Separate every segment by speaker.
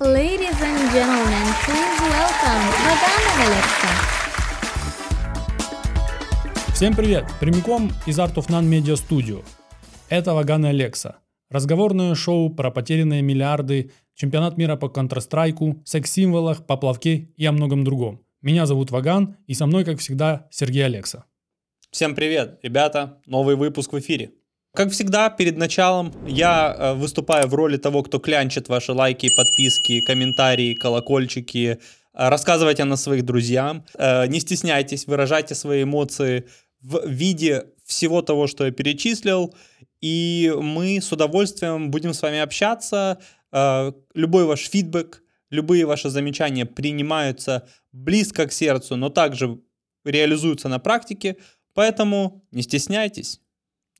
Speaker 1: Ladies and gentlemen, please welcome Богдан и Алекса.
Speaker 2: Всем привет! Прямиком из Art of Nan Media Studio. Это Ваган и Алекса. Разговорное шоу про потерянные миллиарды, чемпионат мира по Counter-Strike, секс-символах, поплавке и о многом другом. Меня зовут Ваган, и со мной, как всегда, Сергей Алекса.
Speaker 3: Всем привет, ребята! Новый выпуск в эфире. Как всегда, перед началом я э, выступаю в роли того, кто клянчит ваши лайки, подписки, комментарии, колокольчики. Э, Рассказывайте о нас своих друзьям. Э, Не стесняйтесь, выражайте свои эмоции в виде всего того, что я перечислил. И мы с удовольствием будем с вами общаться. Э, Любой ваш фидбэк, любые ваши замечания принимаются близко к сердцу, но также реализуются на практике. Поэтому не стесняйтесь.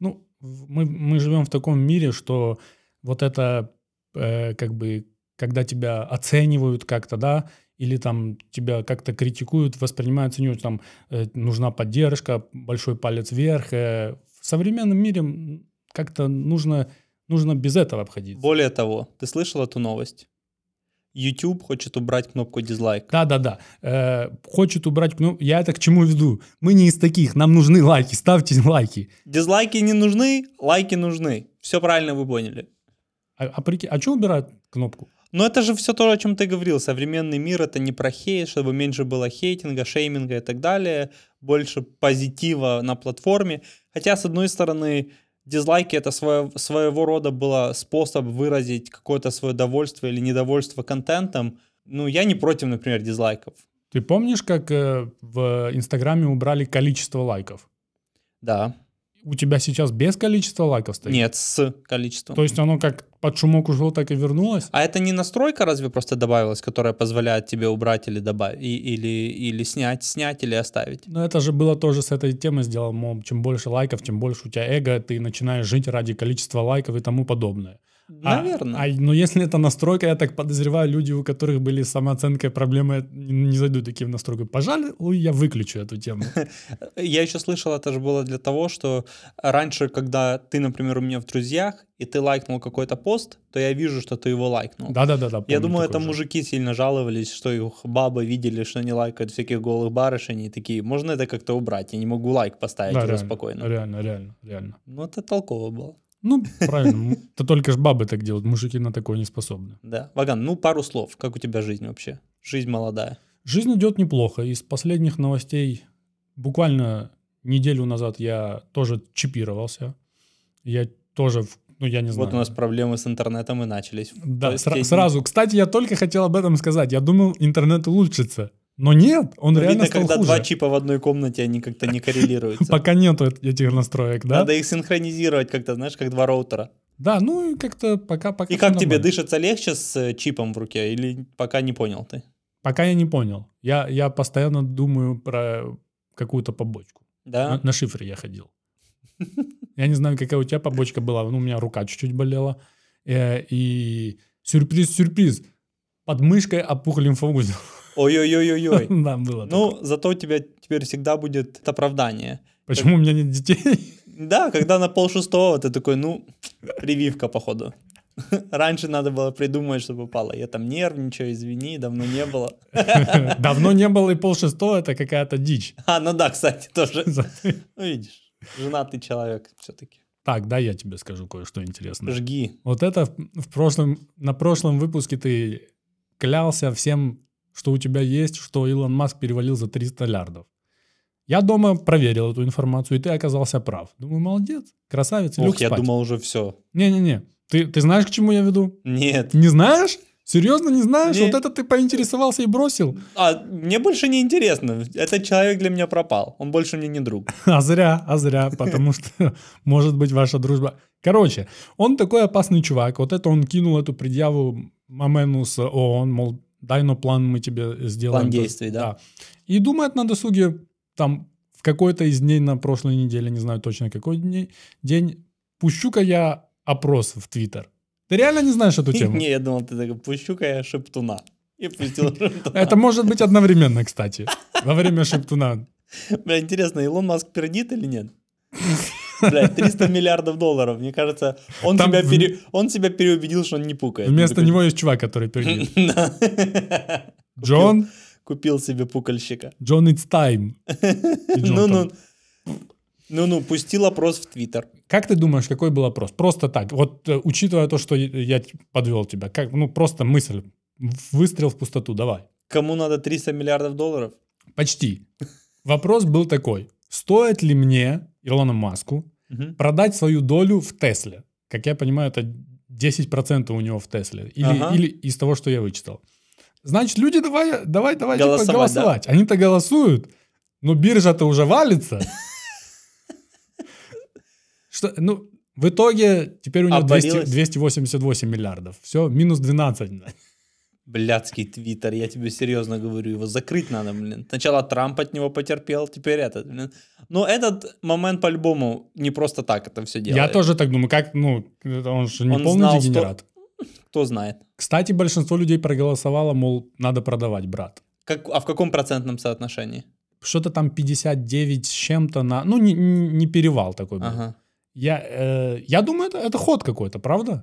Speaker 2: Ну, в- мы, мы живем в таком мире, что вот это э, как бы, когда тебя оценивают как-то, да, или там тебя как-то критикуют, воспринимается не очень, там э, нужна поддержка, большой палец вверх. э. в современном мире м, как-то нужно, нужно без этого обходиться.
Speaker 3: Более того, ты слышал эту новость? YouTube хочет убрать кнопку дизлайк.
Speaker 2: Да, да, да. Э, хочет убрать кнопку. Я это к чему веду? Мы не из таких. Нам нужны лайки. Ставьте лайки.
Speaker 3: Дизлайки не нужны, лайки нужны. Все правильно вы поняли.
Speaker 2: А, а, прики- а что убирают кнопку?
Speaker 3: Но это же все то, о чем ты говорил. Современный мир это не про хейт, чтобы меньше было хейтинга, шейминга и так далее. Больше позитива на платформе. Хотя, с одной стороны, дизлайки это свое- своего рода было способ выразить какое-то свое довольство или недовольство контентом. Ну, я не против, например, дизлайков.
Speaker 2: Ты помнишь, как э, в Инстаграме убрали количество лайков?
Speaker 3: Да.
Speaker 2: У тебя сейчас без количества лайков стоит?
Speaker 3: Нет, с количеством.
Speaker 2: То есть оно как под шумок ушло, так и вернулось?
Speaker 3: А это не настройка разве просто добавилась, которая позволяет тебе убрать или добавить, или, или снять, снять или оставить?
Speaker 2: Но это же было тоже с этой темой сделал, мол, чем больше лайков, тем больше у тебя эго, ты начинаешь жить ради количества лайков и тому подобное. А-
Speaker 3: Наверное.
Speaker 2: а, но если это настройка, я так подозреваю, люди, у которых были с самооценкой проблемы, не, не зайдут такие в настройку. Пожалуй, я выключу эту тему.
Speaker 3: Я еще слышал, это же было для того, что раньше, когда ты, например, у меня в друзьях, и ты лайкнул какой-то пост, то я вижу, что ты его лайкнул.
Speaker 2: Да-да-да.
Speaker 3: Я
Speaker 2: помню
Speaker 3: думаю, это
Speaker 2: такое же.
Speaker 3: мужики сильно жаловались, что их бабы видели, что они лайкают всяких голых барышень, и такие, можно это как-то убрать, я не могу лайк поставить
Speaker 2: Да,
Speaker 3: уже
Speaker 2: реально,
Speaker 3: спокойно.
Speaker 2: Реально, реально, реально.
Speaker 3: Ну, это толково было.
Speaker 2: Ну, правильно. м, Это только ж бабы так делают, мужики на такое не способны.
Speaker 3: Да. Ваган, ну, пару слов. Как у тебя жизнь вообще? Жизнь молодая.
Speaker 2: Жизнь идет неплохо. Из последних новостей буквально неделю назад я тоже чипировался. Я тоже, в- ну я не знаю.
Speaker 3: Вот у нас проблемы с интернетом и начались.
Speaker 2: Да,
Speaker 3: То есть
Speaker 2: сра-
Speaker 3: я-
Speaker 2: сразу. Кстати, я только хотел об этом сказать. Я думал, интернет улучшится. Но нет, он
Speaker 3: Ну,
Speaker 2: реально
Speaker 3: Видно,
Speaker 2: стал
Speaker 3: когда
Speaker 2: хуже.
Speaker 3: два чипа в одной комнате, они как-то не коррелируются.
Speaker 2: Пока нету эт- этих настроек, да?
Speaker 3: Надо их синхронизировать как-то, знаешь, как два роутера.
Speaker 2: Да, ну и как-то пока... пока
Speaker 3: И
Speaker 2: Ну, всё
Speaker 3: как тебе
Speaker 2: нормально.
Speaker 3: дышится легче с э, чипом в руке? Или пока не понял ты?
Speaker 2: Пока я не понял. Я, я постоянно думаю про какую-то побочку. На,
Speaker 3: Да?
Speaker 2: на шифре я ходил. Я не знаю, какая у тебя побочка была. Ну, у меня рука чуть-чуть болела. Э, И сюрприз-сюрприз. Под мышкой опух лимфоузел.
Speaker 3: Ой-ой-ой-ой-ой.
Speaker 2: Да, было. такое.
Speaker 3: Ну, зато у тебя теперь всегда будет оправдание.
Speaker 2: Почему у меня нет детей?
Speaker 3: Да, когда на полшестого ты такой, ну, прививка, походу. Раньше надо было придумать, что попало. Я там нервничаю, извини, давно не было.
Speaker 2: Давно не было и полшестого, это какая-то дичь.
Speaker 3: А, ну да, кстати, тоже. Ну, видишь, женатый человек все-таки.
Speaker 2: Так, да, я тебе скажу кое-что интересное.
Speaker 3: Жги.
Speaker 2: Вот это в- в прошлом, на прошлом выпуске ты клялся всем, что у тебя есть, что Илон Маск перевалил за 300 лярдов. Я дома проверил эту информацию, и ты оказался прав. Думаю, молодец, красавец, лег
Speaker 3: Ох, я
Speaker 2: спать.
Speaker 3: думал уже все.
Speaker 2: Не-не-не, ты, ты знаешь, к чему я веду?
Speaker 3: Нет.
Speaker 2: Не знаешь? Серьезно, не знаешь?
Speaker 3: Не.
Speaker 2: Вот это ты поинтересовался и бросил?
Speaker 3: А, мне больше не интересно. Этот человек для меня пропал. Он больше мне не друг.
Speaker 2: А зря, а зря, потому что может быть ваша дружба. Короче, он такой опасный чувак. Вот это он кинул эту предъяву Мамену с ООН, мол, дай, но план мы тебе сделаем.
Speaker 3: План действий, да.
Speaker 2: И думает на досуге, там, в какой-то из дней на прошлой неделе, не знаю точно какой дней- день, пущу-ка я опрос в Твиттер. Ты реально не знаешь эту тему?
Speaker 3: Не, я думал, ты такой, пущу-ка я шептуна. И пустил шептуна.
Speaker 2: Это может быть одновременно, кстати, во время Шептуна.
Speaker 3: Бля, интересно, Илон Маск пердит или нет? Блядь, 300 миллиардов долларов. Мне кажется, он,
Speaker 2: Там
Speaker 3: тебя,
Speaker 2: в-
Speaker 3: пере- он тебя переубедил, что он не пукает.
Speaker 2: Вместо
Speaker 3: Ну,
Speaker 2: него есть чувак, который перебил.
Speaker 3: ты- Да.
Speaker 2: Джон,
Speaker 3: Купил себе пукальщика.
Speaker 2: Джон, it's time. И Джон там,
Speaker 3: Ну-ну. Ну-ну, пустил опрос в Твиттер.
Speaker 2: Как ты думаешь, какой был опрос? Просто так, вот э, учитывая то, что я я т- подвел тебя, как, ну просто мысль, выстрел в пустоту, давай.
Speaker 3: Кому надо 300 миллиардов долларов?
Speaker 2: Почти. Вопрос был такой, стоит ли мне, Илону Маску,
Speaker 3: Мгм.
Speaker 2: продать свою долю в Тесле? Как я понимаю, это 10% у него в Тесле. Или,
Speaker 3: Ага.
Speaker 2: или из того, что я вычитал. Значит, люди давай, давай, давай типа,
Speaker 3: Голосовать, да.
Speaker 2: голосовать. Они-то голосуют, но биржа-то уже валится. Что, ну, в итоге теперь у него 200
Speaker 3: Обвалилась.
Speaker 2: 288 миллиардов. Все, минус 12.
Speaker 3: Блядский Твиттер, я тебе серьезно говорю, его закрыть надо, блин. Сначала Трамп от него потерпел, теперь этот, блин. Но этот момент по-любому не просто так это все делает.
Speaker 2: Я тоже так думаю, как, ну, он же не
Speaker 3: э Он
Speaker 2: полный
Speaker 3: знал, что-
Speaker 2: дегенерат.
Speaker 3: Кто знает.
Speaker 2: Кстати, большинство людей проголосовало, мол, надо продавать, брат.
Speaker 3: Как, а в каком процентном соотношении?
Speaker 2: Что-то там 59 с чем-то на... Ну, не, не- не перевал такой был.
Speaker 3: Ага.
Speaker 2: Я, э, я думаю, это, это ход какой-то, правда?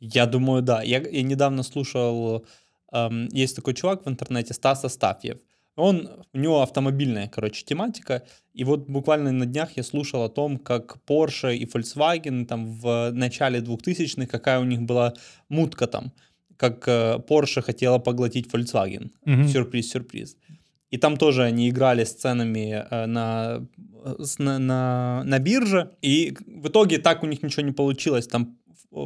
Speaker 3: Я думаю, да. Я, я недавно слушал, эм, есть такой чувак в интернете, Стас Астафьев. Он, у него автомобильная, короче, тематика. И вот буквально на днях я слушал о том, как Porsche и Volkswagen там в э, начале 2000-х, какая у них была мутка там. Как э, Porsche хотела поглотить Volkswagen.
Speaker 2: Мгм.
Speaker 3: Сюрприз, сюрприз. И там тоже они играли с ценами э, на, э, с- на, на, на бирже. И в итоге так у них ничего не получилось. Там э,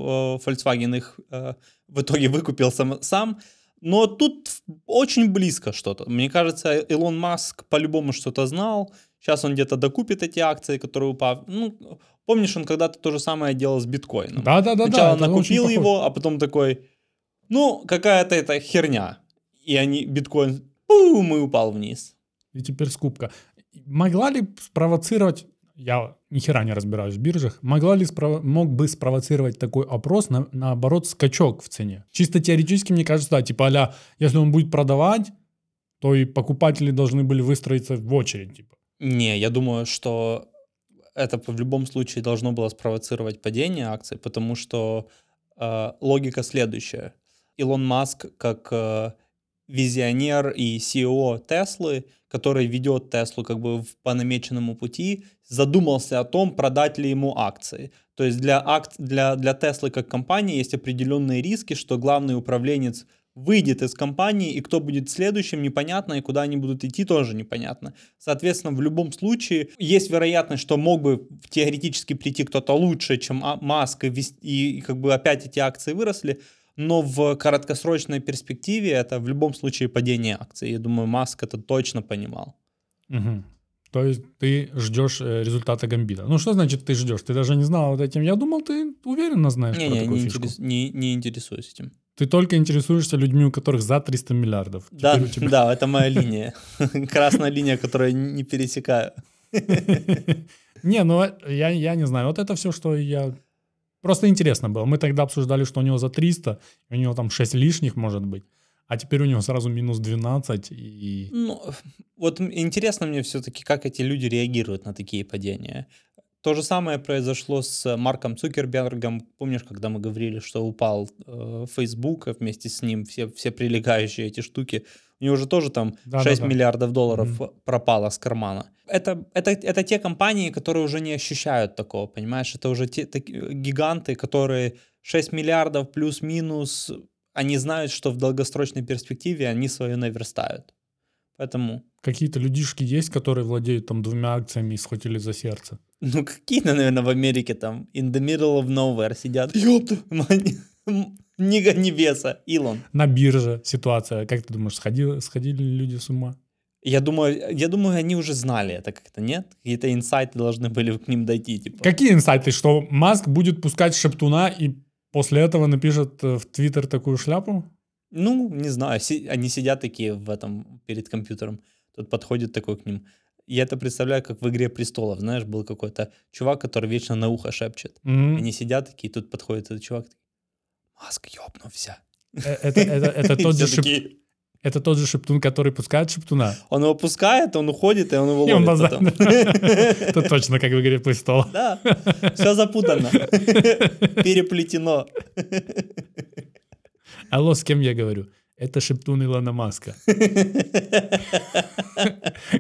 Speaker 3: Volkswagen их э, в итоге выкупил сам, сам. Но тут очень близко что-то. Мне кажется, Илон Маск по-любому что-то знал. Сейчас он где-то докупит эти акции, которые упав. Ну, помнишь, он когда-то то же самое делал с биткоином.
Speaker 2: Да-да-да.
Speaker 3: ну, Сначала
Speaker 2: это очень
Speaker 3: накупил
Speaker 2: похоже.
Speaker 3: его, а потом такой, ну, какая-то это херня. И они, биткоин, бум, и упал вниз.
Speaker 2: И теперь скупка. Могла ли спровоцировать... Я ни хера не разбираюсь в биржах. Могла ли спрово- мог бы спровоцировать такой опрос, на- наоборот, скачок в цене? Чисто теоретически, мне кажется, да, типа а если он будет продавать, то и покупатели должны были выстроиться в очередь, типа.
Speaker 3: Не, я думаю, что это в любом случае должно было спровоцировать падение акций, потому что э, логика следующая. Илон Маск как э, визионер и CEO Теслы, который ведет Теслу как бы в- по намеченному пути, задумался о том, продать ли ему акции. То есть для, акт, для, для Теслы как компании есть определенные риски, что главный управленец выйдет из компании, и кто будет следующим, непонятно, и куда они будут идти, тоже непонятно. Соответственно, в любом случае есть вероятность, что мог бы теоретически прийти кто-то лучше, чем А- Маск, и, вес- и как бы опять эти акции выросли, но в краткосрочной перспективе это в любом случае падение акций. Я думаю, Маск это точно понимал.
Speaker 2: Мгм. То есть ты ждешь э, результата гамбита. Ну что значит ты ждешь? Ты даже не знал вот этим. Я думал, ты уверенно знаешь
Speaker 3: Не,
Speaker 2: про
Speaker 3: не,
Speaker 2: такую
Speaker 3: не,
Speaker 2: фишку.
Speaker 3: интерес- не- не интересуюсь этим.
Speaker 2: Ты только интересуешься людьми, у которых за 300 миллиардов.
Speaker 3: Да,
Speaker 2: Теперь у тебя-
Speaker 3: да, это моя линия. Красная линия, которую я не пересекаю.
Speaker 2: Не, ну э, я, я не знаю. Вот это все, что я... Просто интересно было. Мы тогда обсуждали, что у него за 300, у него там 6 лишних может быть. А теперь у него сразу минус 12 и...
Speaker 3: Ну, вот м- интересно мне все-таки, как эти люди реагируют на такие падения. То же самое произошло с Марком Цукербергом. Помнишь, когда мы говорили, что упал э, Facebook, а вместе с ним все, все прилегающие эти штуки. У него же тоже там
Speaker 2: Да, да,
Speaker 3: 6
Speaker 2: да.
Speaker 3: миллиардов долларов
Speaker 2: Мгм.
Speaker 3: пропало с кармана. Это, это, это те компании, которые уже не ощущают такого, понимаешь? Это уже те таки- гиганты, которые 6 миллиардов плюс-минус, они знают, что в долгосрочной перспективе они свое наверстают. Поэтому,
Speaker 2: Какие-то людишки есть, которые владеют там двумя акциями и схватили за сердце.
Speaker 3: ну, какие-то, наверное, в Америке там in the middle of nowhere сидят. Ёпта! М- Нига Невеса, Илон.
Speaker 2: На бирже ситуация. Как ты думаешь, сходили, сходили ли люди с ума?
Speaker 3: Я думаю, я думаю, они уже знали это как-то, нет? Какие-то инсайты должны были к ним дойти, типа.
Speaker 2: Какие инсайты, что Маск будет пускать Шептуна и после этого напишет э, в Твиттер такую шляпу?
Speaker 3: Ну, не знаю, си- они сидят такие в этом, перед компьютером. Тут подходит такой к ним. Я это представляю, как в «Игре престолов», знаешь, был какой-то чувак, который вечно на ухо шепчет.
Speaker 2: Мгм.
Speaker 3: Они сидят такие, тут подходит этот чувак, такой, «Маск, ёбнулся».
Speaker 2: Э, Это это- это
Speaker 3: И
Speaker 2: тот
Speaker 3: все
Speaker 2: же Шеп-
Speaker 3: такие,
Speaker 2: Это тот же шептун, который пускает шептуна.
Speaker 3: Он его пускает, он уходит, и он его
Speaker 2: И он
Speaker 3: ловит
Speaker 2: базар.
Speaker 3: потом.
Speaker 2: Это точно, как в игре престолов.
Speaker 3: Да, все запутано, переплетено.
Speaker 2: Алло, с кем я говорю? Это шептун Илона Маска.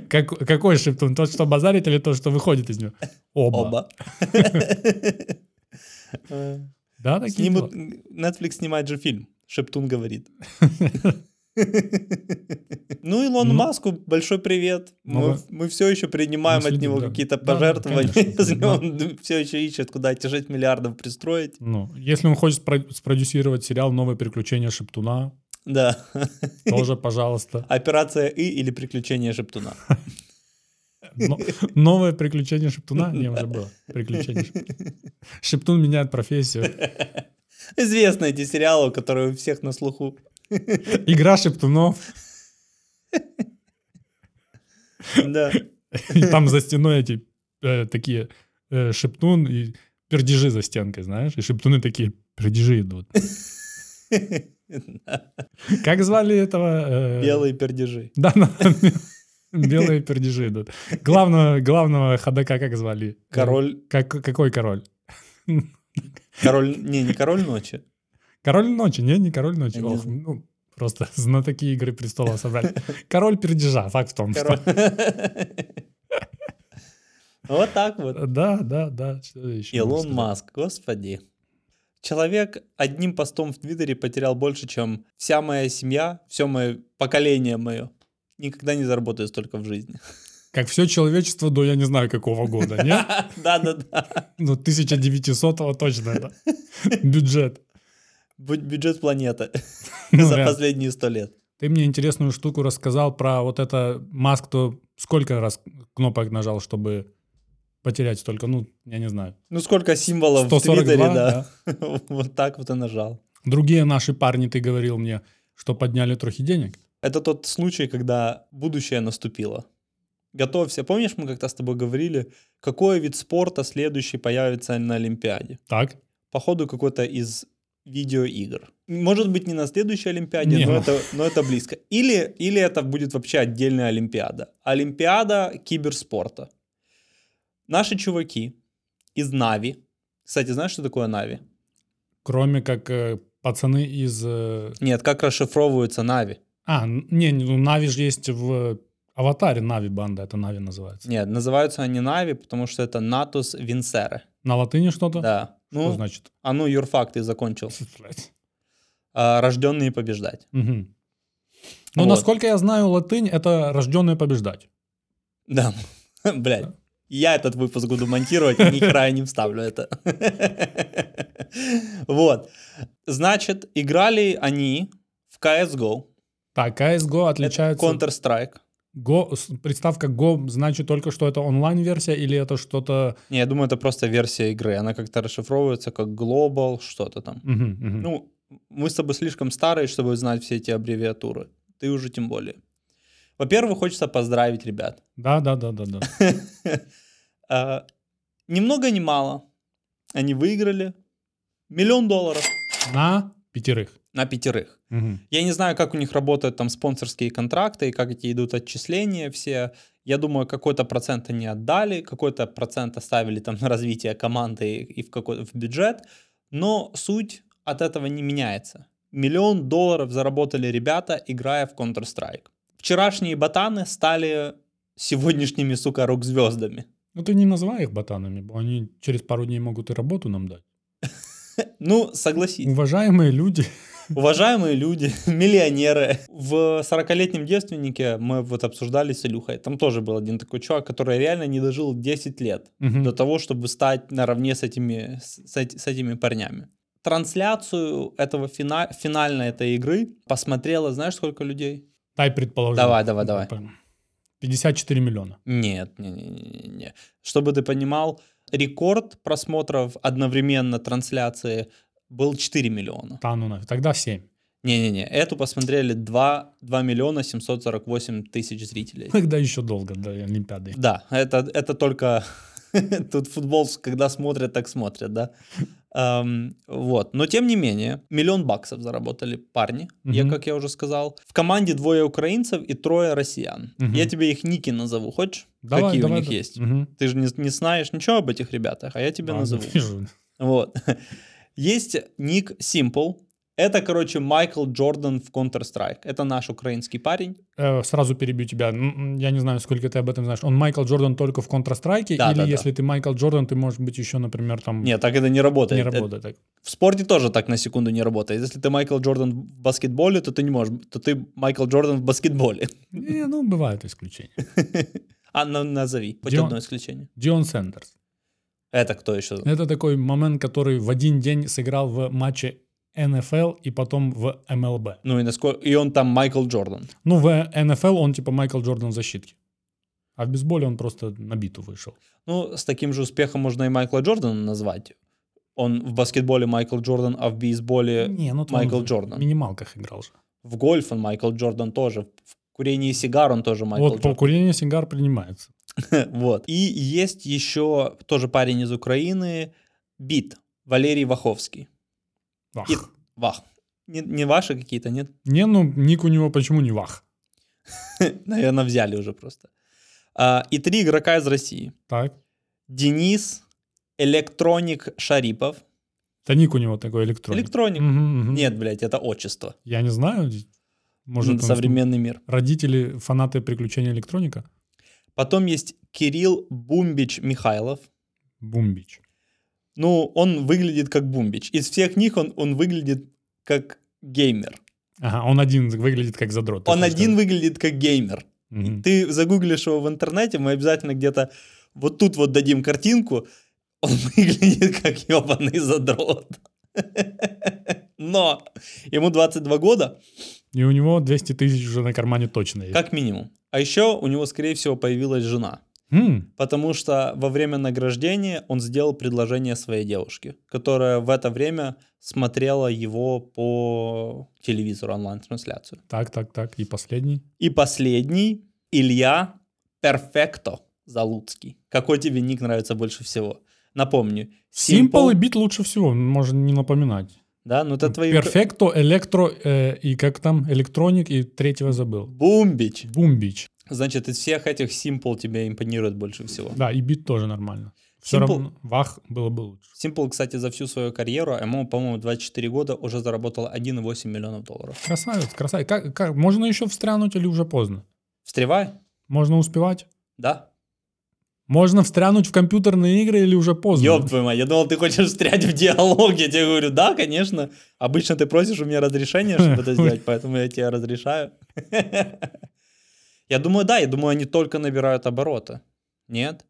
Speaker 2: Как- Какой шептун? Тот, что базарит или тот, что выходит из него? Оба.
Speaker 3: Оба. Э,
Speaker 2: Да, такие
Speaker 3: Снимут,
Speaker 2: дела.
Speaker 3: Netflix снимает же фильм. Шептун говорит. Ну, Илону
Speaker 2: Ну.
Speaker 3: Маску большой привет.
Speaker 2: Ну
Speaker 3: Мы,
Speaker 2: да.
Speaker 3: мы все еще
Speaker 2: Мы
Speaker 3: принимаем от
Speaker 2: следим,
Speaker 3: него
Speaker 2: да.
Speaker 3: какие-то
Speaker 2: Да, да,
Speaker 3: пожертвования,
Speaker 2: конечно,
Speaker 3: если
Speaker 2: да.
Speaker 3: он все еще ищет, куда эти 6 миллиардов пристроить.
Speaker 2: Ну, если он хочет спро- спродюсировать сериал «Новые приключения Шептуна»,
Speaker 3: Да.
Speaker 2: тоже, пожалуйста.
Speaker 3: Операция И или приключения Шептуна.
Speaker 2: Но- Новое приключение Шептуна? Не, уже было. Приключение Шептуна. Шептун меняет профессию.
Speaker 3: Известные эти сериалы, которые у всех на слуху.
Speaker 2: Игра Шептунов.
Speaker 3: Да.
Speaker 2: И там за стеной эти э, такие э, шептун и пердежи за стенкой, знаешь? И шептуны такие, пердежи идут. Как звали этого? э,
Speaker 3: Белые пердежи.
Speaker 2: Да, на- белые пердежи идут. Главного, главного ходока как звали?
Speaker 3: Король...
Speaker 2: Как, какой король?
Speaker 3: Король... Не, не король ночи.
Speaker 2: Король ночи? Не, не король ночи.
Speaker 3: Я не
Speaker 2: Ох,
Speaker 3: знаю.
Speaker 2: ну, просто знатоки Игры престолов собрали. Король пердежа, факт в том,
Speaker 3: Король.
Speaker 2: что...
Speaker 3: Вот так вот.
Speaker 2: Да, да, да. что еще можно
Speaker 3: Илон
Speaker 2: сказать?
Speaker 3: Маск, господи. Человек одним постом в Твиттере потерял больше, чем вся моя семья, все мое поколение мое. Никогда не заработаю столько в жизни.
Speaker 2: Как все человечество до я не знаю какого года, нет?
Speaker 3: Да-да-да.
Speaker 2: Ну, 1900 точно это. Бюджет.
Speaker 3: Бю- Бюджет планеты
Speaker 2: Ну,
Speaker 3: за
Speaker 2: реально.
Speaker 3: последние сто лет.
Speaker 2: Ты мне интересную штуку рассказал про вот это Маск, то сколько раз кнопок нажал, чтобы потерять столько, ну, я не знаю.
Speaker 3: Ну сколько символов в
Speaker 2: 142,
Speaker 3: Твиттере, да.
Speaker 2: да.
Speaker 3: Вот так вот и нажал.
Speaker 2: Другие наши парни, ты говорил мне, что подняли трохи денег.
Speaker 3: Это тот случай, когда будущее наступило. Готовься. Помнишь, мы как-то с тобой говорили, какой вид спорта следующий появится на Олимпиаде?
Speaker 2: Так?
Speaker 3: Походу, какой-то из видеоигр. Может быть, не на следующей Олимпиаде,
Speaker 2: Не,
Speaker 3: но,
Speaker 2: ну.
Speaker 3: это, но это близко. Или, или это будет вообще отдельная Олимпиада. Олимпиада киберспорта. Наши чуваки из Нави. Кстати, знаешь, что такое Нави?
Speaker 2: Кроме как э, пацаны из... э,
Speaker 3: Нет, как расшифровывается Нави?
Speaker 2: А, н- не, ну, Нави же есть в э, Аватаре, Нави банда, это Нави называется.
Speaker 3: Нет, называются они Нави, потому что это Натус Винсеры.
Speaker 2: На латыни что-то?
Speaker 3: Да.
Speaker 2: Что
Speaker 3: Ну,
Speaker 2: значит?
Speaker 3: а ну, юрфак ты закончил.
Speaker 2: Блядь.
Speaker 3: Рожденные побеждать.
Speaker 2: Мгм. Ну,
Speaker 3: Вот.
Speaker 2: насколько я знаю, латынь — это рожденные побеждать.
Speaker 3: Да. Блядь. Я этот выпуск буду монтировать, и ни хера я не вставлю это. Вот. Значит, играли они в CSGO.
Speaker 2: Так, CSGO
Speaker 3: Это
Speaker 2: отличается...
Speaker 3: Counter-Strike.
Speaker 2: Go, с- приставка Go значит только, что это онлайн-версия или это что-то...
Speaker 3: Не, я думаю, это просто версия игры. Она как-то расшифровывается как Global, что-то там.
Speaker 2: Мгм, мгм.
Speaker 3: Ну, мы с тобой слишком старые, чтобы знать все эти аббревиатуры. Ты уже тем более. Во-первых, хочется поздравить ребят.
Speaker 2: Да, да, да, да, да.
Speaker 3: А, Ни много ни мало. Они выиграли миллион долларов
Speaker 2: На пятерых.
Speaker 3: на пятерых.
Speaker 2: Мгм.
Speaker 3: Я не знаю, как у них работают там спонсорские контракты и как эти идут отчисления все. Я думаю, какой-то процент они отдали, какой-то процент оставили там на развитие команды и в, какой в бюджет. Но суть от этого не меняется. Миллион долларов заработали ребята, играя в Counter-Strike. Вчерашние ботаны стали сегодняшними, сука, рок-звездами.
Speaker 2: Ну ты не называй их ботанами, бо они через пару дней могут и работу нам дать.
Speaker 3: Ну, согласись.
Speaker 2: Уважаемые люди,
Speaker 3: Уважаемые люди, миллионеры. В 40-летнем девственнике мы вот обсуждали с Илюхой. Там тоже был один такой чувак, который реально не дожил 10 лет
Speaker 2: Мгм.
Speaker 3: до того, чтобы стать наравне с этими, с, с эти- с этими парнями. Трансляцию этого фина- финальной этой игры посмотрело, знаешь, сколько людей?
Speaker 2: дай предположим.
Speaker 3: Давай, давай, давай.
Speaker 2: 54 миллиона.
Speaker 3: Нет, не, не, не, не, не. Чтобы ты понимал, рекорд просмотров одновременно трансляции был 4 миллиона.
Speaker 2: Та ну нафиг. Тогда 7.
Speaker 3: Не-не-не, эту посмотрели 2, 2 миллиона 748 тысяч зрителей.
Speaker 2: Тогда еще долго до Олимпиады.
Speaker 3: Да, это, это только... Тут футбол, когда смотрят, так смотрят, да? Эм, вот. Но тем не менее, миллион баксов заработали парни, я,
Speaker 2: Мгм.
Speaker 3: как я уже сказал. В команде двое украинцев и трое россиян.
Speaker 2: Мгм.
Speaker 3: Я тебе их ники назову, хочешь?
Speaker 2: Давай,
Speaker 3: Какие
Speaker 2: давай,
Speaker 3: у них
Speaker 2: да.
Speaker 3: есть?
Speaker 2: Мгм.
Speaker 3: Ты же не, не знаешь ничего об этих ребятах, а я тебе
Speaker 2: Ладно,
Speaker 3: назову.
Speaker 2: вижу.
Speaker 3: Вот. Есть ник Simple. Это, короче, Майкл Джордан в Counter-Strike. Это наш украинский парень.
Speaker 2: Э, Сразу перебью тебя. М, м, Я не знаю, сколько ты об этом знаешь. Он Майкл Джордан только в Counter-Strike?
Speaker 3: Да,
Speaker 2: или
Speaker 3: да, да.
Speaker 2: если ты Майкл Джордан, ты, может быть, еще, например, там
Speaker 3: Нет, так это не работает.
Speaker 2: не
Speaker 3: Это-
Speaker 2: работает? так?
Speaker 3: В спорте тоже так на секунду не работает. Если ты Майкл Джордан в баскетболе, то ты не можешь. То ты Майкл Джордан в баскетболе.
Speaker 2: Э, ну, бывают исключения.
Speaker 3: А на- назови. Хоть
Speaker 2: Где он?
Speaker 3: одно исключение.
Speaker 2: Дион Сендерс.
Speaker 3: Это кто еще?
Speaker 2: Это такой момент, который в один день сыграл в матче НФЛ и потом в МЛБ.
Speaker 3: Ну и насколько. И он там Майкл Джордан.
Speaker 2: Ну, в НФЛ он типа Майкл Джордан в защитке. А в бейсболе он просто на биту вышел.
Speaker 3: Ну, с таким же успехом можно и Майкла Джордана назвать. Он в баскетболе Майкл Джордан, а в бейсболе
Speaker 2: Не, ну, то он
Speaker 3: Майкл
Speaker 2: в
Speaker 3: Джордан.
Speaker 2: минималках играл же.
Speaker 3: В гольф он Майкл Джордан тоже. В курении сигар он тоже Майкл
Speaker 2: вот по
Speaker 3: Джордан.
Speaker 2: курению сигар принимается.
Speaker 3: Вот. И есть еще тоже парень из Украины, Бит, Валерий Ваховский.
Speaker 2: Вах.
Speaker 3: И- Вах. Не, не ваши какие-то, нет?
Speaker 2: Не, ну ник у него почему не вах?
Speaker 3: Наверное, взяли уже просто. А, И три игрока из России.
Speaker 2: Так.
Speaker 3: Денис, Электроник Шарипов.
Speaker 2: Да ник у него такой электроник.
Speaker 3: Электроник.
Speaker 2: Мгм, мгм.
Speaker 3: Нет, блядь, это отчество.
Speaker 2: Я не знаю. Может,
Speaker 3: М,
Speaker 2: он-
Speaker 3: Современный мир.
Speaker 2: родители фанаты приключений электроника?
Speaker 3: Потом есть Кирилл Бумбич Михайлов.
Speaker 2: Бумбич.
Speaker 3: Ну, он выглядит как Бумбич. Из всех них он, он выглядит как геймер.
Speaker 2: Ага, он один выглядит как задрот. ты
Speaker 3: Он
Speaker 2: хочешь
Speaker 3: один
Speaker 2: сказать.
Speaker 3: выглядит как геймер.
Speaker 2: Мгм.
Speaker 3: Ты загуглишь его в интернете, мы обязательно где-то вот тут вот дадим картинку. Он выглядит как ебаный задрот. Но ему 22 года,
Speaker 2: И у него 200 тысяч уже на кармане точно есть.
Speaker 3: как минимум. А еще у него, скорее всего, появилась жена.
Speaker 2: М,
Speaker 3: Потому что во время награждения он сделал предложение своей девушке, которая в это время смотрела его по телевизору онлайн-трансляцию.
Speaker 2: Так, так, так. И последний.
Speaker 3: И последний Илья Перфекто Залуцкий. Какой тебе ник нравится больше всего? Напомню.
Speaker 2: Simple и бит лучше всего, можно не напоминать.
Speaker 3: Да, ну это твои...
Speaker 2: Перфекто, электро э, и как там, электроник и третьего забыл.
Speaker 3: Бумбич.
Speaker 2: Бумбич.
Speaker 3: Значит, из всех этих Simple тебе импонирует больше всего.
Speaker 2: Да, и бит тоже нормально. Все
Speaker 3: Simple.
Speaker 2: равно вах было бы лучше.
Speaker 3: Simple, кстати, за всю свою карьеру, а ему, по-моему, 24 года, уже заработал 1,8 миллионов долларов.
Speaker 2: Красавец, красавец. Как, как, можно еще встрянуть или уже поздно?
Speaker 3: Встревай?
Speaker 2: Можно успевать?
Speaker 3: Да?
Speaker 2: Можно встрянуть в компьютерные игры или уже поздно?
Speaker 3: Ёб твою мать, я думал, ты хочешь встрять в диалог. Я тебе говорю, да, конечно. Обычно ты просишь у меня разрешения, чтобы это сделать, поэтому я тебе разрешаю. Я думаю, да, я думаю, они только набирают обороты. Нет?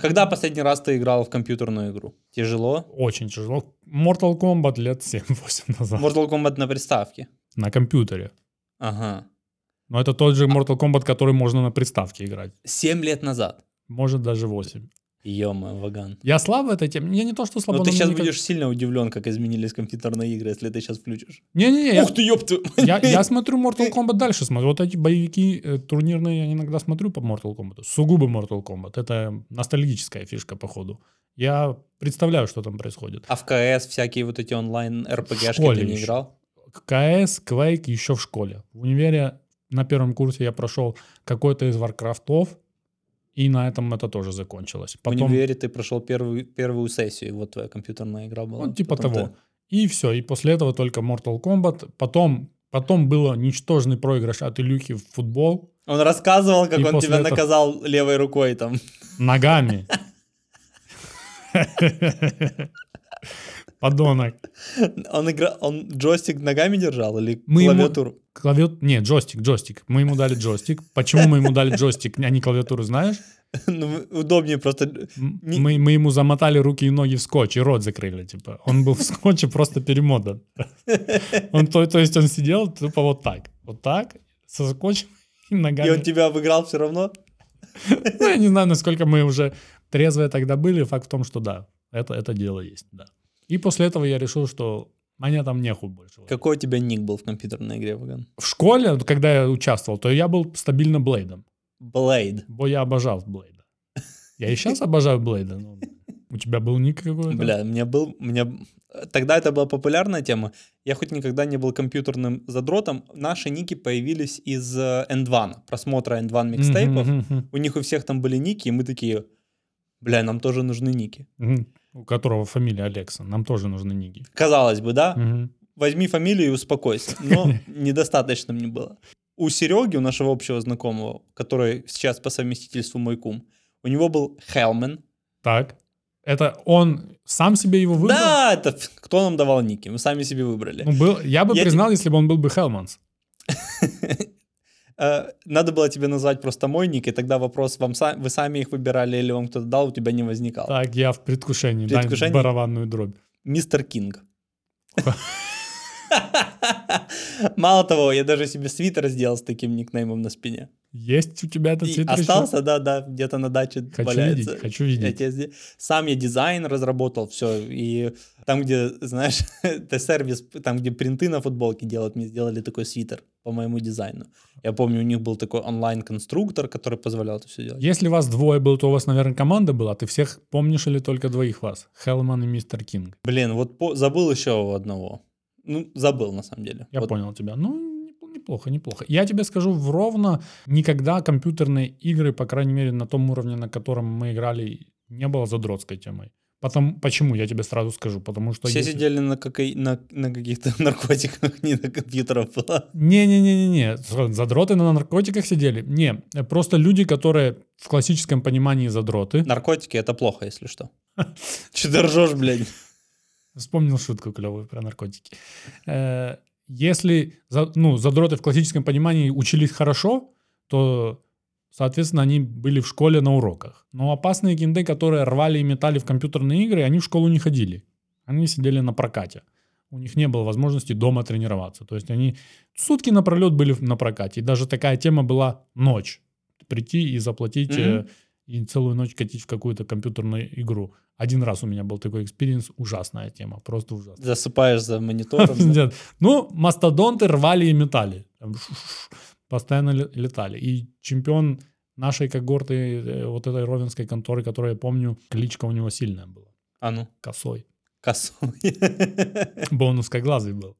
Speaker 3: Когда последний раз ты играл в компьютерную игру? Тяжело?
Speaker 2: Очень тяжело. Mortal Kombat лет 7-8 назад.
Speaker 3: Mortal Kombat на приставке.
Speaker 2: На компьютере.
Speaker 3: Ага.
Speaker 2: Но это тот же Mortal Kombat, который можно на приставке играть.
Speaker 3: Семь лет назад.
Speaker 2: Может, даже 8.
Speaker 3: Ё-моё, Ваган.
Speaker 2: Я слаб в этой теме? Я не то, что слабо,
Speaker 3: Но ты
Speaker 2: но
Speaker 3: сейчас
Speaker 2: мне никак-
Speaker 3: будешь сильно удивлен, как изменились компьютерные игры, если ты сейчас включишь.
Speaker 2: Не-не-не, я-
Speaker 3: Ух ты, ёб твою мать.
Speaker 2: я, я смотрю Mortal Kombat дальше. Смотрю. Вот эти боевики э, турнирные я иногда смотрю по Mortal Kombat. Сугубо Mortal Kombat. Это ностальгическая фишка, походу. Я представляю, что там происходит.
Speaker 3: А в КС всякие вот эти онлайн-РПГшки
Speaker 2: школе
Speaker 3: ты не
Speaker 2: ещё.
Speaker 3: играл?
Speaker 2: КС, Quake еще в школе. В универе на первом курсе я прошел какой-то из Варкрафтов, и на этом это тоже закончилось.
Speaker 3: В
Speaker 2: Потом,
Speaker 3: универе ты прошел первую, первую сессию, и вот твоя компьютерная игра была.
Speaker 2: ну, типа
Speaker 3: Потом
Speaker 2: того.
Speaker 3: ты-
Speaker 2: И все, и после этого только Mortal Kombat. Потом, потом было ничтожный проигрыш от Илюхи в футбол
Speaker 3: Он рассказывал, как
Speaker 2: И
Speaker 3: он
Speaker 2: после
Speaker 3: тебя
Speaker 2: этого-
Speaker 3: наказал левой рукой там.
Speaker 2: ногами. Подонок.
Speaker 3: Он, игра... он джойстик ногами держал или
Speaker 2: Мы ему-
Speaker 3: клавиатуру?
Speaker 2: Клавиат... Не, джойстик, джойстик. Мы ему дали джойстик. Почему мы ему дали джойстик, а не клавиатуру, знаешь?
Speaker 3: Ну, удобнее просто...
Speaker 2: М-
Speaker 3: Не-
Speaker 2: Мы, мы ему замотали руки и ноги в скотч, и рот закрыли, типа. Он был в скотче просто перемотан. Он, то, то есть он сидел тупо вот так. Вот так, со скотчем и ногами.
Speaker 3: И он типа, тебя обыграл все равно?
Speaker 2: Ну, я не знаю, насколько мы уже трезвые тогда были. Факт в том, что да, это, это дело есть, да. И после этого я решил, что мне там нехуй больше.
Speaker 3: Какой у тебя ник был в компьютерной игре, Ваган?
Speaker 2: В школе, вот когда я участвовал, то я был стабильно Блейдом.
Speaker 3: Блейд.
Speaker 2: Бо я обожал Блейда. Я и сейчас обожаю Блейда. но У тебя был ник какой-то?
Speaker 3: Бля, мне был, мне тогда это была популярная тема. Я хоть никогда не был компьютерным задротом. Наши ники появились из э, N1, просмотра N1
Speaker 2: Мгм,
Speaker 3: микстейпов.
Speaker 2: мгм, мгм,
Speaker 3: У них у всех там были ники, и мы такие, бля, нам тоже нужны ники.
Speaker 2: мгм. У которого фамилия Алекса. Нам тоже нужны ниги.
Speaker 3: Казалось бы, да?
Speaker 2: Мгм.
Speaker 3: возьми фамилию и успокойся. Но недостаточно мне было. У Сереги, у нашего общего знакомого, который сейчас по совместительству мой кум, у него был Хелмен.
Speaker 2: Так. Это он сам себе его выбрал?
Speaker 3: Да, это ф- кто нам давал ники? Мы сами себе выбрали.
Speaker 2: Ну, был, я бы
Speaker 3: Я
Speaker 2: признал, если бы он был бы Хелманс.
Speaker 3: Э, Надо было тебе назвать просто мой ник, и тогда вопрос, вам са- вы сами их выбирали или вам кто-то дал, у тебя не возникал.
Speaker 2: Так, я в предвкушении. дай
Speaker 3: Предвкушении?
Speaker 2: барабанную дробь.
Speaker 3: Мистер Кинг. Мало того, я даже себе свитер сделал с таким никнеймом на спине.
Speaker 2: Есть у тебя этот
Speaker 3: И
Speaker 2: свитер еще?
Speaker 3: остался, да, да, где-то на даче
Speaker 2: Хочу
Speaker 3: валяется.
Speaker 2: видеть, хочу
Speaker 3: Я
Speaker 2: видеть.
Speaker 3: тебе сде- Сам я дизайн разработал, все. И там, где, знаешь, это сервис, там, где принты на футболке делают, мне сделали такой свитер по моему дизайну. Я помню, у них был такой онлайн-конструктор, который позволял это все делать.
Speaker 2: Если вас двое было, то у вас, наверное, команда была. Ты всех помнишь или только двоих вас? Хелман и мистер Кинг.
Speaker 3: Блин, вот по- забыл еще одного. Ну, забыл, на самом деле.
Speaker 2: Я
Speaker 3: Вот
Speaker 2: понял тебя. Ну, неп- неплохо, неплохо. Я тебе скажу в ровно, никогда компьютерные игры, по крайней мере, на том уровне, на котором мы играли, не было задротской темой. Потом, почему, я тебе сразу скажу. Потому что...
Speaker 3: Все
Speaker 2: если-
Speaker 3: сидели на, какой- на, на каких-то наркотиках, не на компьютерах было.
Speaker 2: Не-не-не-не, задроты на наркотиках сидели. Не, просто люди, которые в классическом понимании задроты.
Speaker 3: Наркотики — это плохо, если что. Че ты ржешь, блядь?
Speaker 2: Вспомнил шутку клевую про наркотики. Э, Если за- ну, задроты в классическом понимании учились хорошо, то, соответственно, они были в школе на уроках. Но опасные кинды, которые рвали и метали в компьютерные игры, они в школу не ходили. Они сидели на прокате. У них не было возможности дома тренироваться. То есть они сутки напролет были в- на прокате. И даже такая тема была ночь. Прийти и заплатить э,
Speaker 3: Мгм.
Speaker 2: и целую ночь катить в какую-то компьютерную игру. Один раз у меня был такой экспириенс. Ужасная тема. Просто ужасная.
Speaker 3: Засыпаешь за монитором. да?
Speaker 2: Нет. Ну, мастодонты рвали и метали. Там ш-ш-ш, Постоянно ле- летали. И чемпион нашей когорты, э, вот этой ровенской конторы, которую я помню, кличка у него сильная была.
Speaker 3: А ну,
Speaker 2: Косой.
Speaker 3: косой.
Speaker 2: Бо он узкоглазый был.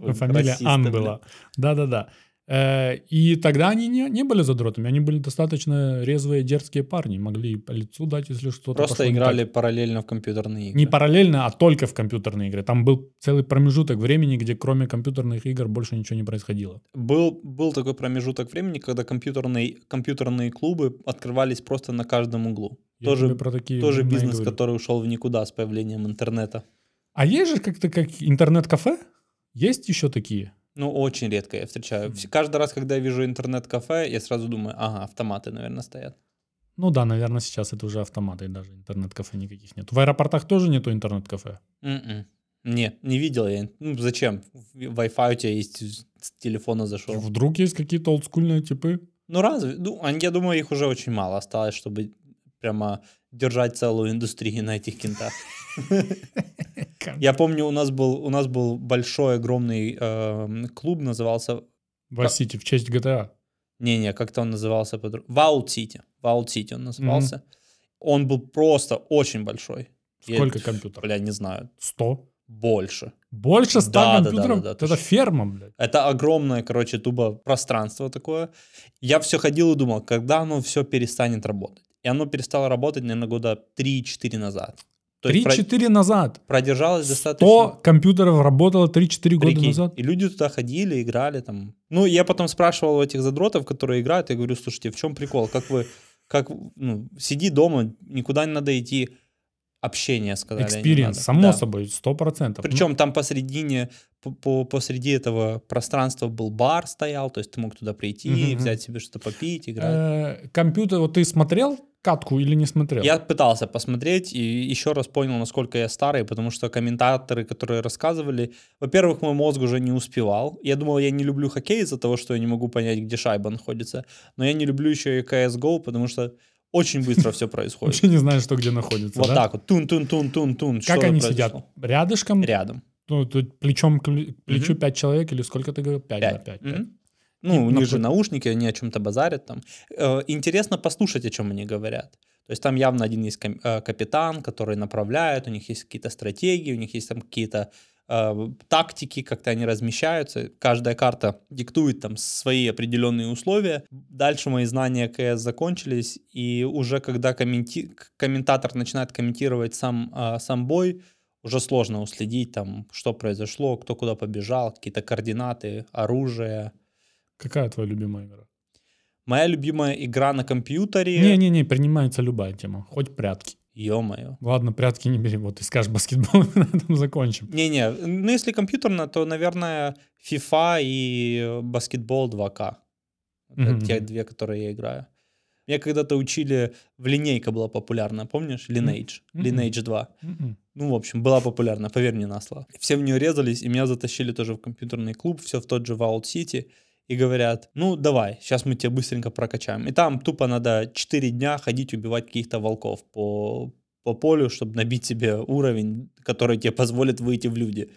Speaker 3: Вот
Speaker 2: Фамилия
Speaker 3: расисты,
Speaker 2: Ан
Speaker 3: блин.
Speaker 2: была. Да-да-да. Э, И тогда они не, не были задротами, они были достаточно резвые, дерзкие парни, могли и по лицу дать, если что-то пошло
Speaker 3: Просто
Speaker 2: не так.
Speaker 3: играли параллельно в компьютерные игры.
Speaker 2: Не параллельно, а только в компьютерные игры. Там был целый промежуток времени, где кроме компьютерных игр больше ничего не происходило.
Speaker 3: Был, был такой промежуток времени, когда компьютерные, компьютерные клубы открывались просто на каждом углу.
Speaker 2: Я
Speaker 3: Тоже-
Speaker 2: тебе про такие
Speaker 3: Тоже
Speaker 2: времена и
Speaker 3: бизнес,
Speaker 2: говорю.
Speaker 3: который ушел в никуда с появлением интернета.
Speaker 2: А есть же как-то как интернет-кафе? Есть еще такие?
Speaker 3: Ну, очень редко я встречаю.
Speaker 2: Мгм.
Speaker 3: Вс- Каждый раз, когда я вижу интернет-кафе, я сразу думаю, ага, автоматы, наверное, стоят.
Speaker 2: Ну да, наверное, сейчас это уже автоматы, и даже интернет-кафе никаких нет. В аэропортах тоже нету интернет-кафе.
Speaker 3: М-м. Не, не видел я. Ну, зачем? В- Wi-Fi у тебя есть, с с телефона зашел.
Speaker 2: Вдруг есть какие-то олдскульные типы?
Speaker 3: Ну, разве? Ну, а я думаю, их уже очень мало осталось, чтобы прямо держать целую индустрию на этих кентах. Я помню, у нас был, у нас был большой, огромный эм, клуб, назывался...
Speaker 2: Васити, в честь GTA.
Speaker 3: Не-не, как-то он назывался... Под... Ваут Сити. Ваут Сити он назывался. Он был просто очень большой. Я-
Speaker 2: Сколько компьютеров?
Speaker 3: Бля, не знаю.
Speaker 2: 100?
Speaker 3: Больше.
Speaker 2: Больше 100
Speaker 3: Да, да, да,
Speaker 2: компьютеров?
Speaker 3: да, да, ты
Speaker 2: это
Speaker 3: ж-
Speaker 2: ферма, блядь.
Speaker 3: Это огромное, короче, тупо пространство такое. Я все ходил и думал, когда оно все перестанет работать. И оно перестало работать, наверное, года 3-4 назад. То есть про-
Speaker 2: 3-4 назад.
Speaker 3: продержалось достаточно...
Speaker 2: 100 компьютеров работало 3-4 года
Speaker 3: Прикинь,
Speaker 2: назад.
Speaker 3: И люди туда ходили, играли там. Ну, я потом спрашивал у этих задротов, которые играют, я говорю, слушайте, в чем прикол? Как вы, как, ну, сиди дома, никуда не надо идти. Общение, сказали. они,
Speaker 2: Экспириенс,
Speaker 3: надо.
Speaker 2: само
Speaker 3: Да.
Speaker 2: собой, 100%.
Speaker 3: Причем там посредине, по- по, посреди этого пространства был бар стоял, то есть ты мог туда прийти,
Speaker 2: Мгм.
Speaker 3: взять себе что-то попить, играть.
Speaker 2: Э, компьютер, вот ты смотрел катку или не смотрел?
Speaker 3: Я пытался посмотреть и еще раз понял, насколько я старый, потому что комментаторы, которые рассказывали, во-первых, мой мозг уже не успевал. Я думал, я не люблю хоккей из-за того, что я не могу понять, где шайба находится. Но я не люблю еще и CSGO, потому что очень быстро все происходит.
Speaker 2: Вообще не знаю, что где находится.
Speaker 3: Вот
Speaker 2: да?
Speaker 3: так вот. Тун-тун-тун-тун-тун.
Speaker 2: Как
Speaker 3: Что-то
Speaker 2: они
Speaker 3: произошло.
Speaker 2: сидят? Рядышком?
Speaker 3: Рядом.
Speaker 2: Ну, тут плечом к лю- к плечу
Speaker 3: Мгм.
Speaker 2: 5 человек или сколько ты говорил? 5, да,
Speaker 3: Пять.
Speaker 2: 5.
Speaker 3: Мгм. Ну, у них же
Speaker 2: напротив-
Speaker 3: наушники, они о чем-то базарят там. Э, Интересно послушать, о чем они говорят. То есть там явно один есть кам- э, капитан, который направляет, у них есть какие-то стратегии, у них есть там какие-то э, тактики, как-то они размещаются. Каждая карта диктует там свои определенные условия. Дальше мои знания КС закончились, и уже когда комменти- комментатор начинает комментировать сам, э, сам бой, уже сложно уследить там, что произошло, кто куда побежал, какие-то координаты, оружие.
Speaker 2: Какая твоя любимая игра?
Speaker 3: Моя любимая игра на компьютере.
Speaker 2: Не-не-не, принимается любая тема. Хоть прятки.
Speaker 3: Ё-моё.
Speaker 2: Ладно, прятки не бери. Вот ты скажешь баскетбол, и на этом закончим.
Speaker 3: Не-не, ну если компьютерно, то, наверное, FIFA и баскетбол 2К. Это
Speaker 2: Мгм.
Speaker 3: те две, которые я играю. Меня когда-то учили, в линейка была популярна, помнишь? Lineage.
Speaker 2: Мгм.
Speaker 3: Lineage 2.
Speaker 2: Мгм.
Speaker 3: Ну, в общем, была популярна, поверь мне на слово. Все в нее резались, и меня затащили тоже в компьютерный клуб, все в тот же Ваут-Сити, и говорят, ну, давай, сейчас мы тебя быстренько прокачаем. И там тупо надо 4 дня ходить убивать каких-то волков по, по полю, чтобы набить себе уровень, который тебе позволит выйти в люди.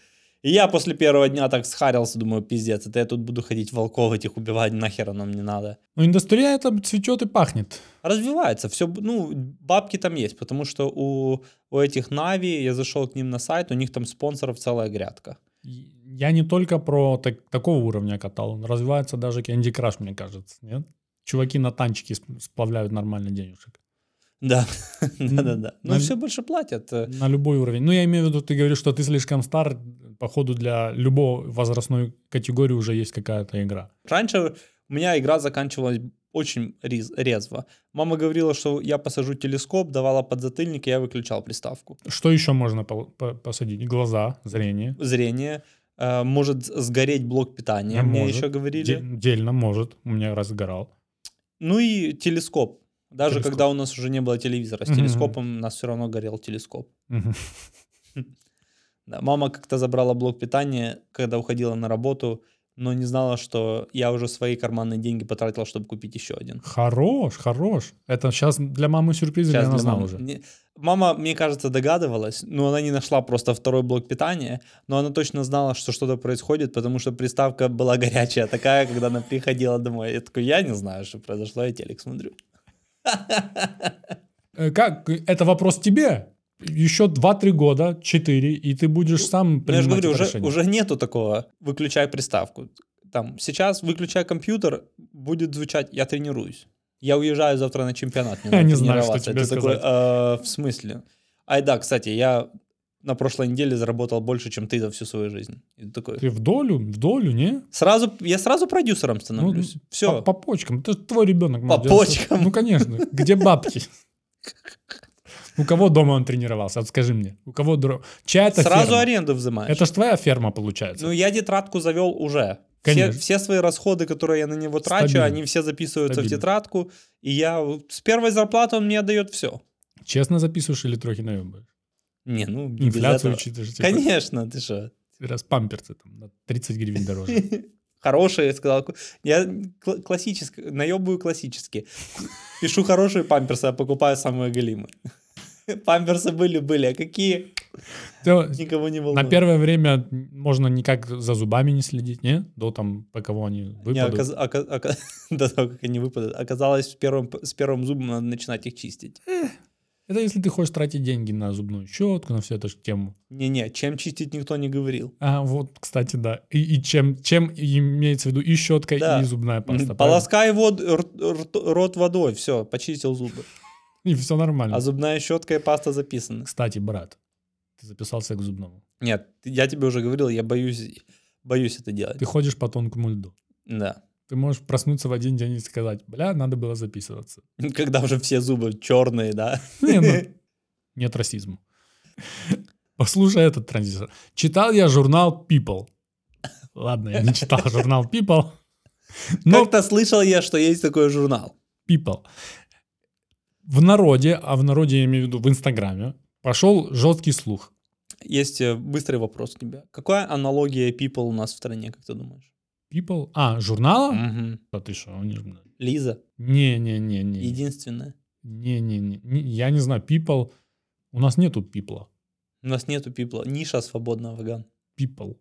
Speaker 3: И я после первого дня так схарился, думаю, пиздец, это я тут буду ходить волков этих убивать, нахер оно мне надо
Speaker 2: Ну, индустрия это цветет и пахнет.
Speaker 3: развивается. Все, ну, бабки там есть, потому что у, у этих Нави, я зашел к ним на сайт, у них там спонсоров целая грядка.
Speaker 2: Я не только про так- такого уровня катал. Развивается даже Candy Crush, мне кажется. Нет? Чуваки на танчики сп- сплавляют нормально денежек.
Speaker 3: Да, да, да, да. Ну,
Speaker 2: Нав-
Speaker 3: все больше платят. э,
Speaker 2: На любой уровень. Ну, я имею в виду, ты говоришь, что ты слишком стар. Походу, для любой возрастной категории уже есть какая-то игра.
Speaker 3: Раньше у меня игра заканчивалась очень рез- резво. Мама говорила, что я посажу телескоп, давала подзатыльник, и я выключал приставку.
Speaker 2: Что еще можно по- по- посадить? Глаза, зрение.
Speaker 3: Зрение. э, Может с- сгореть блок питания,
Speaker 2: Да,
Speaker 3: мне
Speaker 2: А может.
Speaker 3: еще говорили.
Speaker 2: Де- Дельно может. У меня разгорал.
Speaker 3: Ну и телескоп. Даже
Speaker 2: Телескоп.
Speaker 3: когда у нас уже не было телевизора, с
Speaker 2: Мгм.
Speaker 3: телескопом у нас все равно горел телескоп.
Speaker 2: Мгм.
Speaker 3: Да, мама как-то забрала блок питания, когда уходила на работу, но не знала, что я уже свои карманные деньги потратил, чтобы купить еще один.
Speaker 2: Хорош, хорош. Это сейчас для мамы сюрприз, или
Speaker 3: Щас
Speaker 2: она
Speaker 3: для
Speaker 2: знала
Speaker 3: мамы.
Speaker 2: уже.
Speaker 3: Не- Мама, мне кажется, догадывалась, но она не нашла просто второй блок питания, но она точно знала, что что-то происходит, потому что приставка была горячая такая, когда она приходила домой. Я такой, я не знаю, что произошло, я телек смотрю.
Speaker 2: Э, Как? Это вопрос тебе. Еще 2-3 года, 4, и ты будешь сам
Speaker 3: Ну, я же
Speaker 2: принимать
Speaker 3: говорю,
Speaker 2: это
Speaker 3: уже,
Speaker 2: решение.
Speaker 3: уже нету такого «выключай приставку». Там, сейчас выключай компьютер, будет звучать «я тренируюсь». Я уезжаю завтра на чемпионат. мне
Speaker 2: Я
Speaker 3: надо
Speaker 2: не знаю, что
Speaker 3: тренироваться».
Speaker 2: тебе
Speaker 3: Ты такой, «Э, в смысле? Ай да, кстати, я на прошлой неделе заработал больше, чем ты за всю свою жизнь. И ты такой,
Speaker 2: Ты в долю, в долю, не?
Speaker 3: сразу, я сразу продюсером становлюсь.
Speaker 2: По,
Speaker 3: Все.
Speaker 2: по почкам. Это ж твой ребенок.
Speaker 3: По почкам?
Speaker 2: Ну, конечно. Где бабки? У кого дома он тренировался? Вот скажи мне. У кого... дро- Чья это
Speaker 3: Сразу
Speaker 2: ферма?
Speaker 3: аренду взимаешь.
Speaker 2: Это ж твоя ферма, получается.
Speaker 3: Ну, я тетрадку завел уже. Все,
Speaker 2: Конечно.
Speaker 3: все свои расходы, которые я на него трачу,
Speaker 2: Стабильно.
Speaker 3: они все записываются
Speaker 2: Стабильно.
Speaker 3: в тетрадку. И я вот с первой зарплаты он мне отдает все.
Speaker 2: Честно записываешь или трохи наебаешь?
Speaker 3: Не, ну, не без
Speaker 2: Инфляцию
Speaker 3: этого.
Speaker 2: учитываешь. типа,
Speaker 3: Конечно, ты что?
Speaker 2: Раз памперсы там на 30 гривен дороже.
Speaker 3: Хорошие, я сказал. Я кл- классически, наебываю классически. Пишу хорошие памперсы, а покупаю самые голимые. Памперсы были-были, а какие?
Speaker 2: Всё,
Speaker 3: Никого не
Speaker 2: На
Speaker 3: волнует.
Speaker 2: первое время можно никак за зубами не следить, не? До там, по кого они
Speaker 3: Не,
Speaker 2: выпадут.
Speaker 3: оказ- ока- ока- До того, как они выпадут. Оказалось, с первым, п- с первым зубом надо начинать их чистить.
Speaker 2: Это если ты хочешь тратить деньги на зубную щетку, на всю эту ж тему.
Speaker 3: Не-не, чем чистить никто не говорил.
Speaker 2: А, вот, кстати, да. И, и чем, чем имеется в виду и щетка,
Speaker 3: Да.
Speaker 2: и зубная паста. правильно?
Speaker 3: Полоскай вод- рт- рт- рот водой, все, почистил зубы.
Speaker 2: И все нормально.
Speaker 3: А зубная щетка и паста записаны.
Speaker 2: Кстати, брат, ты записался к зубному.
Speaker 3: Нет, я тебе уже говорил, я боюсь, боюсь это делать.
Speaker 2: Ты ходишь по тонкому льду.
Speaker 3: Да.
Speaker 2: Ты можешь проснуться в один день и сказать, бля, надо было записываться.
Speaker 3: Когда уже все зубы черные, да.
Speaker 2: Не, ну, нет расизма. Послушай этот транзистор. Читал я журнал People. Ладно, я не читал журнал People. Но
Speaker 3: Как-то слышал я, что есть такой журнал.
Speaker 2: People. В народе, а в народе я имею в виду в Инстаграме, пошел жесткий слух.
Speaker 3: Есть э, быстрый вопрос к тебе. Какая аналогия people у нас в стране, как ты думаешь?
Speaker 2: People. А, журнала?
Speaker 3: Мгм.
Speaker 2: Да ты что, он не журнал.
Speaker 3: Лиза,
Speaker 2: Не-не-не-не.
Speaker 3: единственная.
Speaker 2: Не-не-не. Не- Я не знаю, People. У нас нету People.
Speaker 3: У нас нету people. Ниша свободного ваган.
Speaker 2: People.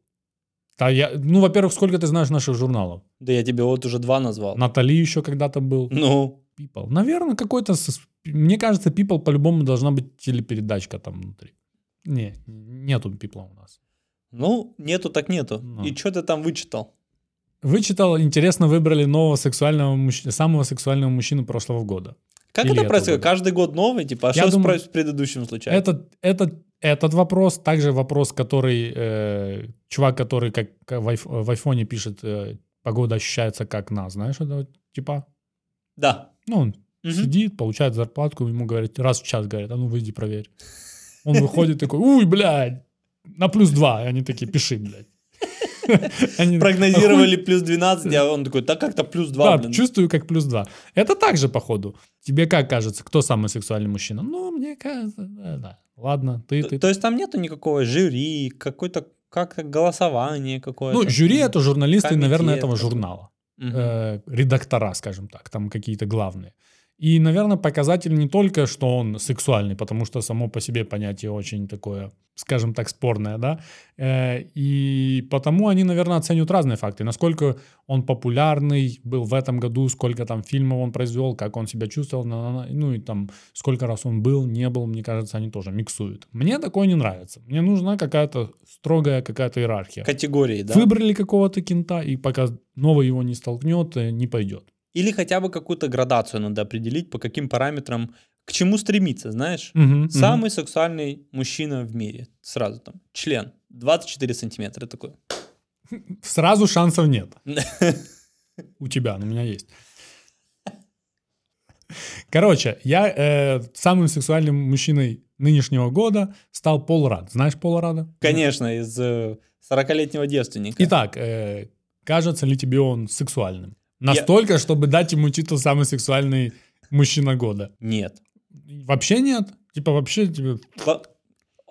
Speaker 2: Да, я, ну, во-первых, сколько ты знаешь наших журналов?
Speaker 3: Да я тебе вот уже два назвал.
Speaker 2: Натали еще когда-то был.
Speaker 3: Ну,
Speaker 2: People. Наверное, какой-то с- Мне кажется, people по-любому должна быть телепередачка там внутри. Не, нету people у нас.
Speaker 3: Ну, нету так нету.
Speaker 2: Ну.
Speaker 3: И что ты там вычитал?
Speaker 2: Вычитал, интересно, выбрали нового сексуального мужч- самого сексуального мужчину прошлого года.
Speaker 3: Как
Speaker 2: Или
Speaker 3: это
Speaker 2: этого
Speaker 3: происходит?
Speaker 2: года.
Speaker 3: Каждый год новый, типа, а
Speaker 2: Я
Speaker 3: что
Speaker 2: думаю,
Speaker 3: с про- с предыдущим случается?
Speaker 2: Этот, этот, этот вопрос, также вопрос, который э, чувак, который как как в, айф- в айфоне пишет, э, погода ощущается как нас, знаешь, это типа,
Speaker 3: Да.
Speaker 2: ну, он
Speaker 3: Мгм.
Speaker 2: сидит, получает зарплатку, ему говорят, раз в час говорят, а ну выйди проверь. Он выходит такой, уй, блядь, на плюс два, и они такие, пиши, блядь. Они-
Speaker 3: Прогнозировали плюс 12, а он такой, да как-то плюс 2,
Speaker 2: Да,
Speaker 3: блин.
Speaker 2: чувствую, как плюс два. Это также, походу. Тебе как кажется, кто самый сексуальный мужчина? Ну, мне кажется, да, да. Ладно, ты,
Speaker 3: Т-
Speaker 2: ты,
Speaker 3: То есть там нету никакого жюри, какой-то как-то голосование какое-то.
Speaker 2: Ну, жюри это журналисты,
Speaker 3: комитет,
Speaker 2: наверное, этого
Speaker 3: это-
Speaker 2: журнала.
Speaker 3: Мгм.
Speaker 2: Э, редактора, скажем так, там какие-то главные. И, наверное, показатель не только, что он сексуальный, потому что само по себе понятие очень такое, скажем так, спорное, да. Э, и потому они, наверное, оценивают разные факты. Насколько он популярный был в этом году, сколько там фильмов он произвел, как он себя чувствовал, на-на-на, ну и там сколько раз он был, не был, мне кажется, они тоже миксуют. Мне такое не нравится. Мне нужна какая-то строгая какая-то иерархия.
Speaker 3: Категории, да?
Speaker 2: Выбрали какого-то кента, и пока новый его не столкнет, э, не пойдет.
Speaker 3: Или хотя бы какую-то градацию надо определить, по каким параметрам, к чему стремиться, знаешь? Самый сексуальный мужчина в мире. Сразу там. Член. 24 сантиметра такой.
Speaker 2: Сразу шансов нет. У тебя, но у меня есть. Короче, я э, самым сексуальным мужчиной нынешнего года стал Пол Рад. Знаешь Пола Рада?
Speaker 3: Конечно, из э, 40-летнего девственника.
Speaker 2: Итак, э, кажется ли тебе он сексуальным? Настолько, чтобы дать ему титул «Самый сексуальный мужчина года».
Speaker 3: Нет.
Speaker 2: Вообще нет? Типа вообще... Типа...
Speaker 3: Во-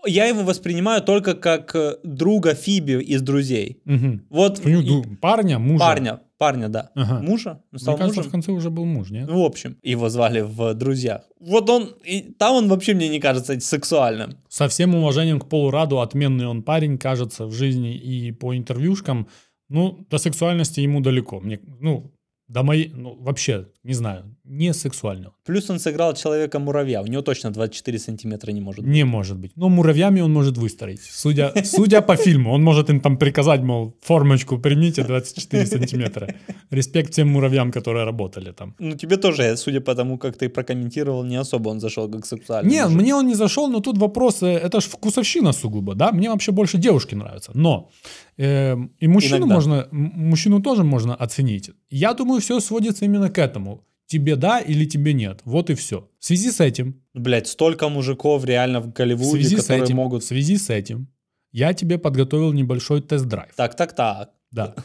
Speaker 3: Я его воспринимаю только как э, друга Фиби из «Друзей».
Speaker 2: мгм.
Speaker 3: Вот
Speaker 2: Ну, ду- Парня, мужа.
Speaker 3: парня, парня, да.
Speaker 2: Ага.
Speaker 3: Мужа? Он
Speaker 2: Мне
Speaker 3: стал
Speaker 2: кажется,
Speaker 3: мужем?
Speaker 2: в конце уже был муж, нет?
Speaker 3: Ну, в общем, его звали в «Друзьях». Вот он, и там он вообще мне не кажется сексуальным.
Speaker 2: Со всем уважением к Полу Раду, отменный он парень, кажется, в жизни и по интервьюшкам. Ну, до сексуальности ему далеко. Мне, ну, до моей, ну, вообще, не знаю, не сексуально.
Speaker 3: Плюс он сыграл человека-муравья. У него точно 24 сантиметра не может быть.
Speaker 2: Не может быть. Но муравьями он может выстроить. Судя, судя по фильму, он может им там приказать, мол, формочку примите 24 сантиметра. Респект всем муравьям, которые работали там.
Speaker 3: Ну, тебе тоже, судя по тому, как ты прокомментировал, не особо он зашел как сексуальный.
Speaker 2: Не,
Speaker 3: мужик.
Speaker 2: мне он не зашел, но тут вопрос, э, это ж вкусовщина сугубо, да? Мне вообще больше девушки нравятся. Но э, и мужчину,
Speaker 3: Иногда.
Speaker 2: можно, м- мужчину тоже можно оценить. Я думаю, все сводится именно к этому. Тебе да или тебе нет. Вот и все. В связи с этим,
Speaker 3: Блядь, столько мужиков реально в
Speaker 2: в
Speaker 3: Голливуде,
Speaker 2: связи с
Speaker 3: которые
Speaker 2: этим,
Speaker 3: могут...
Speaker 2: в связи с этим, я тебе подготовил небольшой тест-драйв.
Speaker 3: Так, так, так.
Speaker 2: Да.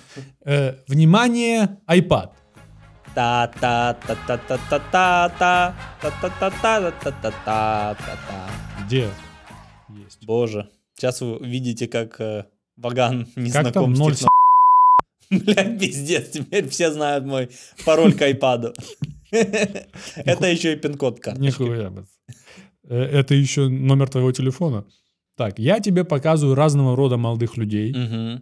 Speaker 2: Э, внимание, iPad.
Speaker 3: Та-та-та-та-та-та-та-та. Та-та-та-та-та-та-та-та-та.
Speaker 2: Где? Есть.
Speaker 3: Боже. Сейчас вы видите, как э, Ваган не
Speaker 2: Как там
Speaker 3: знаком с
Speaker 2: ноль
Speaker 3: техно- Блядь, пиздец, теперь все знают мой пароль к айпаду. Это еще и пин-код карточки.
Speaker 2: Нихуя. бац. Э, Это еще номер твоего телефона. Так, я тебе показываю разного рода молодых людей.
Speaker 3: Мгм.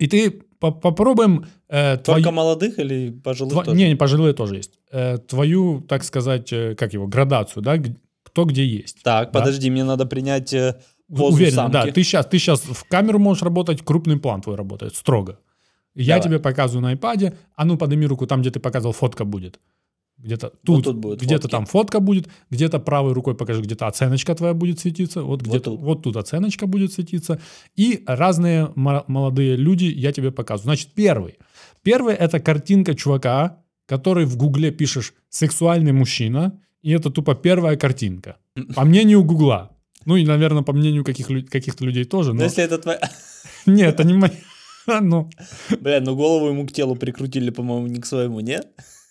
Speaker 2: И ты по- попробуем э,
Speaker 3: Только
Speaker 2: твою...
Speaker 3: молодых или пожилых
Speaker 2: тва-
Speaker 3: тоже?
Speaker 2: Не, не, пожилые тоже есть. Э, твою, так сказать, э, как его, градацию, да? г- Кто где есть.
Speaker 3: Так,
Speaker 2: Да.
Speaker 3: подожди, мне надо принять э,
Speaker 2: У-
Speaker 3: позу
Speaker 2: Уверен,
Speaker 3: самки.
Speaker 2: да. Ты сейчас, ты сейчас в камеру можешь работать, крупный план твой работает, строго. Я
Speaker 3: Давай.
Speaker 2: тебе показываю на iPad. А ну, подними руку там, где ты показывал, фотка будет. Где-то тут,
Speaker 3: тут будут
Speaker 2: где-то
Speaker 3: фотки.
Speaker 2: там фотка будет, где-то правой рукой покажи, где-то оценочка твоя будет светиться, вот где-то
Speaker 3: тут.
Speaker 2: вот тут оценочка будет светиться. И разные мо- молодые люди я тебе показываю. Значит, первый. Первый это картинка чувака, который в Гугле пишешь «сексуальный мужчина», и это тупо первая картинка. По мнению Гугла. Ну и, наверное, по мнению каких лю- каких-то людей тоже.
Speaker 3: Ну,
Speaker 2: Но...
Speaker 3: если это твоя...
Speaker 2: Нет, это не моя. Ну,
Speaker 3: Бля, ну голову ему к телу прикрутили, по-моему, не к своему, нет?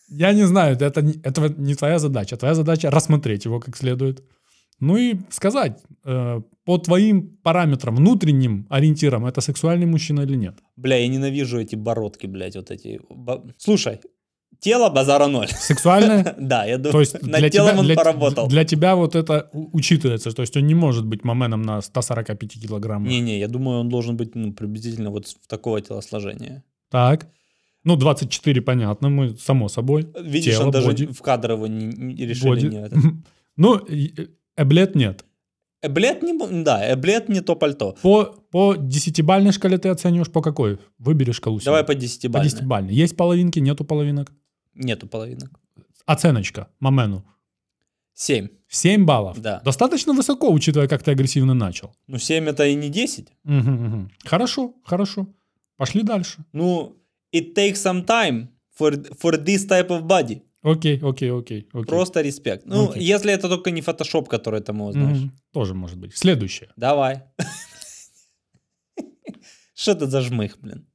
Speaker 2: я не знаю, это, не- это не твоя задача. Твоя задача рассмотреть его как следует. Ну и сказать, э, по твоим параметрам, внутренним ориентирам, это сексуальный мужчина или нет.
Speaker 3: Бля, я ненавижу эти бородки, блядь, вот эти. Ба- Слушай, тело базара ноль.
Speaker 2: Сексуальное?
Speaker 3: Да, я
Speaker 2: То
Speaker 3: думаю,
Speaker 2: есть для
Speaker 3: над
Speaker 2: тебя,
Speaker 3: телом он
Speaker 2: для-
Speaker 3: поработал.
Speaker 2: для тебя вот это у- учитывается, то есть он не может быть моменом на 145 килограммах.
Speaker 3: Не-не, я думаю, он должен быть ну, приблизительно вот с- в такого телосложения.
Speaker 2: Так, Ну, 24, понятно, мы, само собой.
Speaker 3: Видишь,
Speaker 2: Тело,
Speaker 3: он даже
Speaker 2: боди.
Speaker 3: в кадрово не, не решили
Speaker 2: Боди.
Speaker 3: не это.
Speaker 2: Ну, и- э, эблет нет.
Speaker 3: Эблет не, бу- да, эблет не то пальто.
Speaker 2: По, по десятибальной шкале ты оцениваешь по какой? Выбери шкалу. себе.
Speaker 3: Давай по
Speaker 2: по
Speaker 3: 10
Speaker 2: десятибальной. Есть половинки, нету половинок.
Speaker 3: Нету половинок.
Speaker 2: Оценочка Мамену.
Speaker 3: 7.
Speaker 2: 7 баллов.
Speaker 3: Да.
Speaker 2: Достаточно высоко, учитывая, как ты агрессивно начал.
Speaker 3: Ну, 7 это и не 10.
Speaker 2: Мгм, мгм. Хорошо, хорошо. Пошли дальше.
Speaker 3: Ну, it takes some time for, for this type of body.
Speaker 2: Окей, окей, окей. окей.
Speaker 3: Просто респект. Ну,
Speaker 2: Окей.
Speaker 3: если это только не фотошоп, который там его,
Speaker 2: Мгм.
Speaker 3: знаешь.
Speaker 2: Тоже может быть. Следующее.
Speaker 3: Давай. Что это за жмых, блин?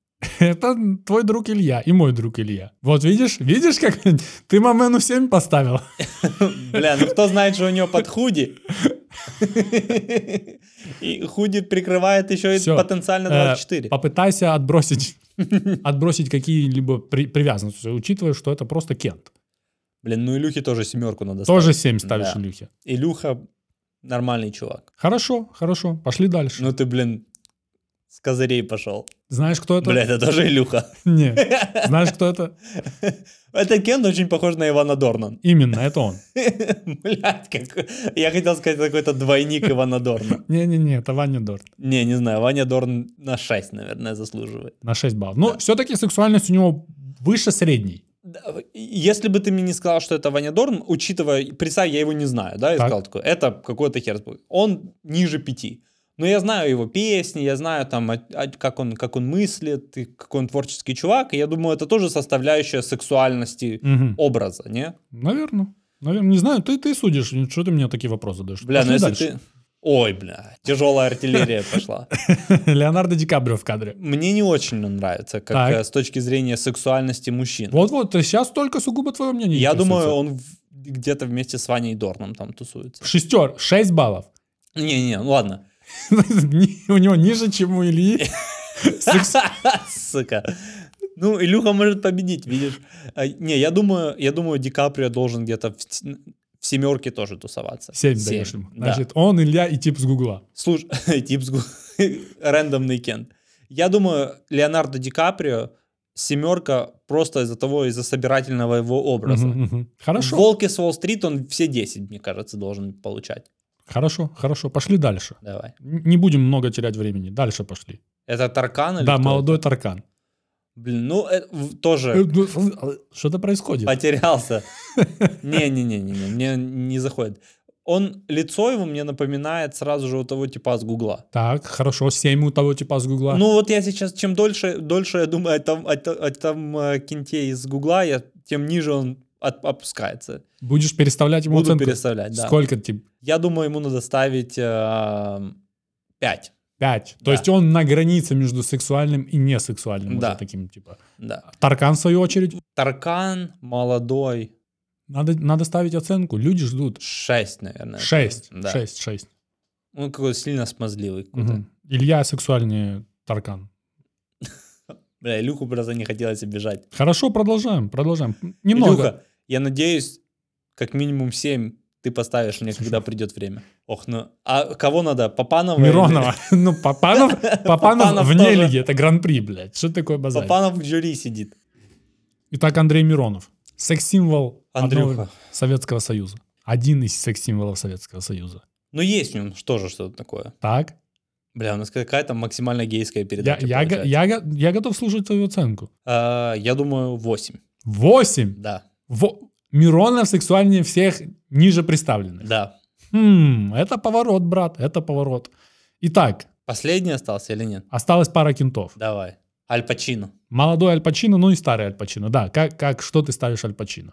Speaker 2: Это твой друг Илья и мой друг Илья. Вот видишь, видишь, как ты Мамену 7 поставил.
Speaker 3: Бля, ну кто знает, что у него под худи. И худи прикрывает еще и
Speaker 2: Всё.
Speaker 3: потенциально
Speaker 2: Э,
Speaker 3: 24.
Speaker 2: Попытайся отбросить, отбросить какие-либо при- привязанности, учитывая, что это просто Кент.
Speaker 3: Блин, ну Илюхе тоже семерку надо
Speaker 2: Тоже
Speaker 3: ставить.
Speaker 2: 7 ставишь
Speaker 3: Да.
Speaker 2: Илюхе.
Speaker 3: Илюха нормальный чувак.
Speaker 2: Хорошо, хорошо, пошли дальше.
Speaker 3: Ну ты, блин, с козырей пошел.
Speaker 2: Знаешь, кто это?
Speaker 3: Бля, это тоже Илюха.
Speaker 2: Не. Знаешь, кто это?
Speaker 3: Это Кент очень похож на Ивана Дорна.
Speaker 2: Именно, это он.
Speaker 3: Блядь, как... я хотел сказать, это какой-то двойник Ивана Дорна.
Speaker 2: Не-не-не, это Ваня Дорт.
Speaker 3: Не, не знаю, Ваня Дорн на 6, наверное, заслуживает.
Speaker 2: На 6 баллов. Но все-таки сексуальность у него выше средней.
Speaker 3: Да, Если бы ты мне не сказал, что это Ваня Дорн, учитывая, представь, я его не знаю, да, я
Speaker 2: Так.
Speaker 3: сказал такой, это какой-то хер. Он ниже пяти. Но я знаю его песни, я знаю там, о- о- как он, как он мыслит, и какой он творческий чувак, и я думаю, это тоже составляющая сексуальности
Speaker 2: Мгм.
Speaker 3: образа, не?
Speaker 2: Наверное. Наверное, не знаю, ты, ты судишь, что ты мне такие вопросы задаешь.
Speaker 3: Бля, ну
Speaker 2: Пошли
Speaker 3: если
Speaker 2: дальше.
Speaker 3: ты... Ой, бля, тяжелая артиллерия пошла.
Speaker 2: Леонардо Ди Каприо в кадре.
Speaker 3: Мне не очень он нравится, как
Speaker 2: Так.
Speaker 3: э, с точки зрения сексуальности мужчин.
Speaker 2: Вот-вот, сейчас только сугубо твое мнение.
Speaker 3: Я
Speaker 2: интересуется.
Speaker 3: думаю, он в- где-то вместе с Ваней Дорном там тусуется.
Speaker 2: Шестер, 6 баллов.
Speaker 3: Не-не, ну ладно.
Speaker 2: Ни- У него ниже, чем у Ильи.
Speaker 3: Сука. Ну, Илюха может победить, видишь. А, Не, я думаю, я думаю, Ди Каприо должен где-то в, с- в семерке тоже тусоваться.
Speaker 2: 7
Speaker 3: Семь,
Speaker 2: даешь ему.
Speaker 3: да.
Speaker 2: Значит, он, Илья и тип с Гугла.
Speaker 3: Слушай, тип с гу- рандомный Кен. Я думаю, Леонардо Ди Каприо семерка просто из-за того, из-за собирательного его образа.
Speaker 2: Мгм, мгм. Хорошо,
Speaker 3: Волки с Уолл-стрит, он все 10, мне кажется, должен получать.
Speaker 2: хорошо, хорошо. Пошли дальше.
Speaker 3: Давай.
Speaker 2: Н- Не будем много терять времени. Дальше пошли.
Speaker 3: Это Таркан или
Speaker 2: Да,
Speaker 3: кто
Speaker 2: молодой Таркан.
Speaker 3: это? Блин, ну, э, а в- тоже
Speaker 2: Что-то происходит.
Speaker 3: А потерялся. Не-не-не-не, мне не заходит. Он, лицо его мне напоминает сразу же у того типа с Гугла.
Speaker 2: Так, хорошо, 7 у того типа с Гугла.
Speaker 3: Ну вот я сейчас, чем дольше, дольше я думаю о том, о, то- о том, э, кенте из Гугла, я, тем ниже он от- опускается.
Speaker 2: Будешь переставлять ему
Speaker 3: Буду
Speaker 2: оценку?
Speaker 3: переставлять, да.
Speaker 2: Сколько типа, тип?
Speaker 3: Я думаю, ему надо ставить э, 5.
Speaker 2: 5. То
Speaker 3: Да.
Speaker 2: есть он на границе между сексуальным и несексуальным. уже
Speaker 3: Да.
Speaker 2: таким типа.
Speaker 3: Да.
Speaker 2: Таркан, в свою очередь,
Speaker 3: Таркан молодой
Speaker 2: надо, надо ставить оценку. Люди ждут.
Speaker 3: 6, наверное.
Speaker 2: 6.
Speaker 3: Да.
Speaker 2: 6, 6.
Speaker 3: Он какой-то сильно смазливый. какой-то.
Speaker 2: Мгм. Илья сексуальнее Таркан.
Speaker 3: Бля, Илюху просто не хотелось обижать.
Speaker 2: Хорошо, продолжаем, продолжаем. Немного.
Speaker 3: Илюха, я надеюсь, как минимум 7 ты поставишь мне, когда придет время. Ох, ну... А кого надо? Папанова? или-
Speaker 2: Миронова. Ну, Папанов, Папанов
Speaker 3: Папанов
Speaker 2: вне
Speaker 3: тоже.
Speaker 2: лиги. Это гран-при, блядь. Что такое базар?
Speaker 3: Папанов в жюри сидит.
Speaker 2: Итак, Андрей Миронов. Секс-символ
Speaker 3: Андрюха.
Speaker 2: одного Советского Союза. Один из секс-символов Советского Союза.
Speaker 3: Ну, есть в нем что же что-то такое.
Speaker 2: Так?
Speaker 3: Бля, у нас какая-то максимально гейская
Speaker 2: Я,
Speaker 3: передача.
Speaker 2: я, го-
Speaker 3: получается.
Speaker 2: я, го- я готов слушать твою оценку.
Speaker 3: А, я думаю, 8.
Speaker 2: Восемь.
Speaker 3: Да,
Speaker 2: Во- Миронов сексуальнее всех ниже представленных.
Speaker 3: да.
Speaker 2: Хм, это поворот, брат, это поворот. Итак,
Speaker 3: Последний остался или нет?
Speaker 2: осталась пара кентов.
Speaker 3: Давай. Аль Пачино.
Speaker 2: Молодой Аль Пачино, ну и старый Аль Пачино. Да, как, как, что ты ставишь Аль Пачино?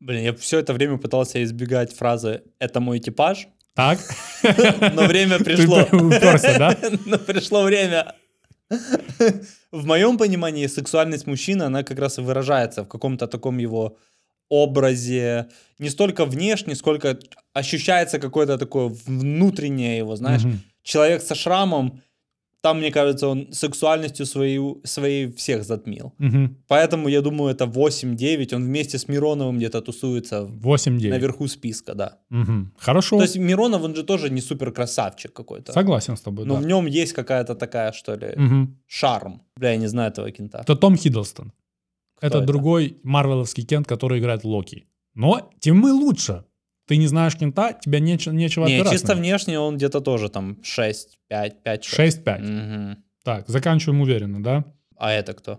Speaker 3: Блин, я все это время пытался избегать фразы «это мой экипаж»,
Speaker 2: Так?
Speaker 3: но время пришло.
Speaker 2: Ты уперся, да?
Speaker 3: Но пришло время. В моем понимании сексуальность мужчины, она как раз и выражается в каком-то таком его образе, не столько внешне, сколько ощущается какое-то такое внутреннее его, знаешь,
Speaker 2: Мгм.
Speaker 3: человек со шрамом, Там, мне кажется, он сексуальностью свою, своей всех затмил.
Speaker 2: Мгм.
Speaker 3: Поэтому, я думаю, это 8-9. Он вместе с Мироновым где-то тусуется
Speaker 2: 8-9.
Speaker 3: наверху списка, да.
Speaker 2: Мгм. Хорошо.
Speaker 3: То есть Миронов, он же тоже не супер красавчик какой-то.
Speaker 2: Согласен с тобой,
Speaker 3: Но
Speaker 2: типа, да.
Speaker 3: Ну, в нем есть какая-то такая, что ли,
Speaker 2: Мгм.
Speaker 3: шарм. Бля, я не знаю этого кента.
Speaker 2: Это Том Хиддлстон.
Speaker 3: Кто
Speaker 2: это,
Speaker 3: это?
Speaker 2: другой марвеловский кент, который играет Локи. Но тем и лучше. Ты не знаешь кента, тебя неч- нечего
Speaker 3: Не,
Speaker 2: опираться.
Speaker 3: чисто внешне он где-то тоже там 6, 5, 5, 6.
Speaker 2: 6-5.
Speaker 3: Мгм.
Speaker 2: Так, заканчиваем уверенно, да?
Speaker 3: А это кто?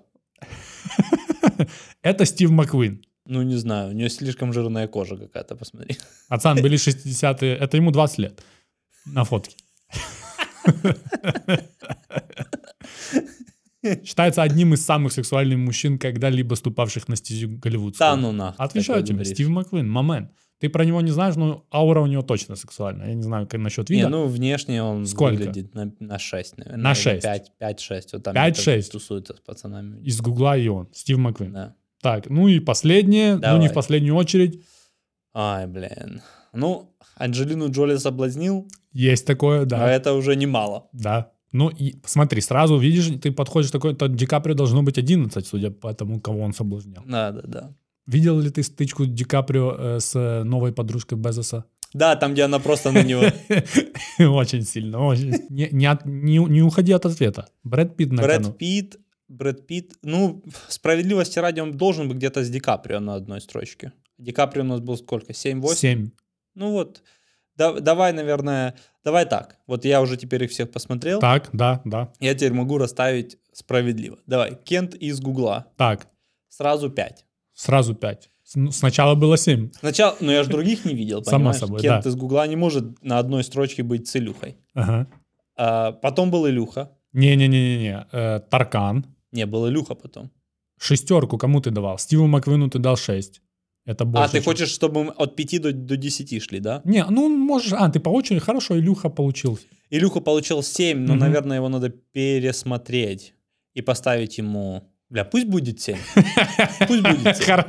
Speaker 2: Это Стив Маквин.
Speaker 3: Ну, не знаю, у нее слишком жирная кожа какая-то, посмотри.
Speaker 2: Пацан, были 60-е, это ему 20 лет на фотке. Считается одним из самых сексуальных мужчин, когда-либо ступавших на стезю голливудскую.
Speaker 3: Да ну нахуй.
Speaker 2: Отвечаю
Speaker 3: такой
Speaker 2: тебе,
Speaker 3: бред.
Speaker 2: типа, Стив Маквин, момент. Ты про него не знаешь, но аура у него точно сексуальная. Я не знаю, как насчет
Speaker 3: Не,
Speaker 2: вида.
Speaker 3: ну внешне он
Speaker 2: Сколько?
Speaker 3: выглядит на, на 6, наверное.
Speaker 2: На шесть.
Speaker 3: 5, 5, 6. Вот там
Speaker 2: 5-6.
Speaker 3: где-то тусуется с пацанами.
Speaker 2: Из гугла и он, Стив Маквин.
Speaker 3: Да.
Speaker 2: Так, ну и последнее, ну не
Speaker 3: Давай.
Speaker 2: в последнюю очередь.
Speaker 3: Ай, блин. Ну, Анджелину Джоли соблазнил,
Speaker 2: Есть такое, да.
Speaker 3: а это уже немало.
Speaker 2: Да. Ну и смотри, сразу видишь, ты подходишь такой, то Ди Каприо должно быть 11, судя по тому, кого он соблазнял.
Speaker 3: Да, да, да.
Speaker 2: Видел ли ты стычку Ди Каприо э, с э, новой подружкой Безоса?
Speaker 3: Да, там, где она просто на него...
Speaker 2: Очень сильно, очень. Не, не, от- не, у- не уходи от ответа. Брэд Питт на кону.
Speaker 3: Брэд Питт, Брэд Питт, ну, справедливости ради, он должен быть где-то с Ди Каприо на одной строчке. Ди Каприо у нас был сколько? 7-8?
Speaker 2: Семь.
Speaker 3: Ну вот, да- давай, наверное, давай так. Вот я уже теперь их всех посмотрел.
Speaker 2: Так, да, да.
Speaker 3: Я теперь могу расставить справедливо. Давай, Кент из Гугла.
Speaker 2: Так,
Speaker 3: Сразу 5.
Speaker 2: сразу пять. С- ну, Сначала было семь.
Speaker 3: Сначала, ну я же других не видел,
Speaker 2: Само
Speaker 3: понимаешь?
Speaker 2: собой,
Speaker 3: Кент
Speaker 2: да.
Speaker 3: из Гугла не может на одной строчке быть с Илюхой.
Speaker 2: Ага.
Speaker 3: А, потом был Илюха.
Speaker 2: Не-не-не-не. э, Таркан.
Speaker 3: Не, был Илюха потом.
Speaker 2: Шестерку кому ты давал? Стиву Маквину ты дал шесть. Это больше.
Speaker 3: а, ты
Speaker 2: чем-
Speaker 3: хочешь, чтобы мы от 5 до, до 10 шли, да?
Speaker 2: Не, ну можешь. А, ты по очереди. Хорошо, Илюха получил.
Speaker 3: Илюха получил 7, но,
Speaker 2: Мгм.
Speaker 3: наверное, его надо пересмотреть и поставить ему... Бля, пусть будет 7. Пусть будет 7.
Speaker 2: Хорошо.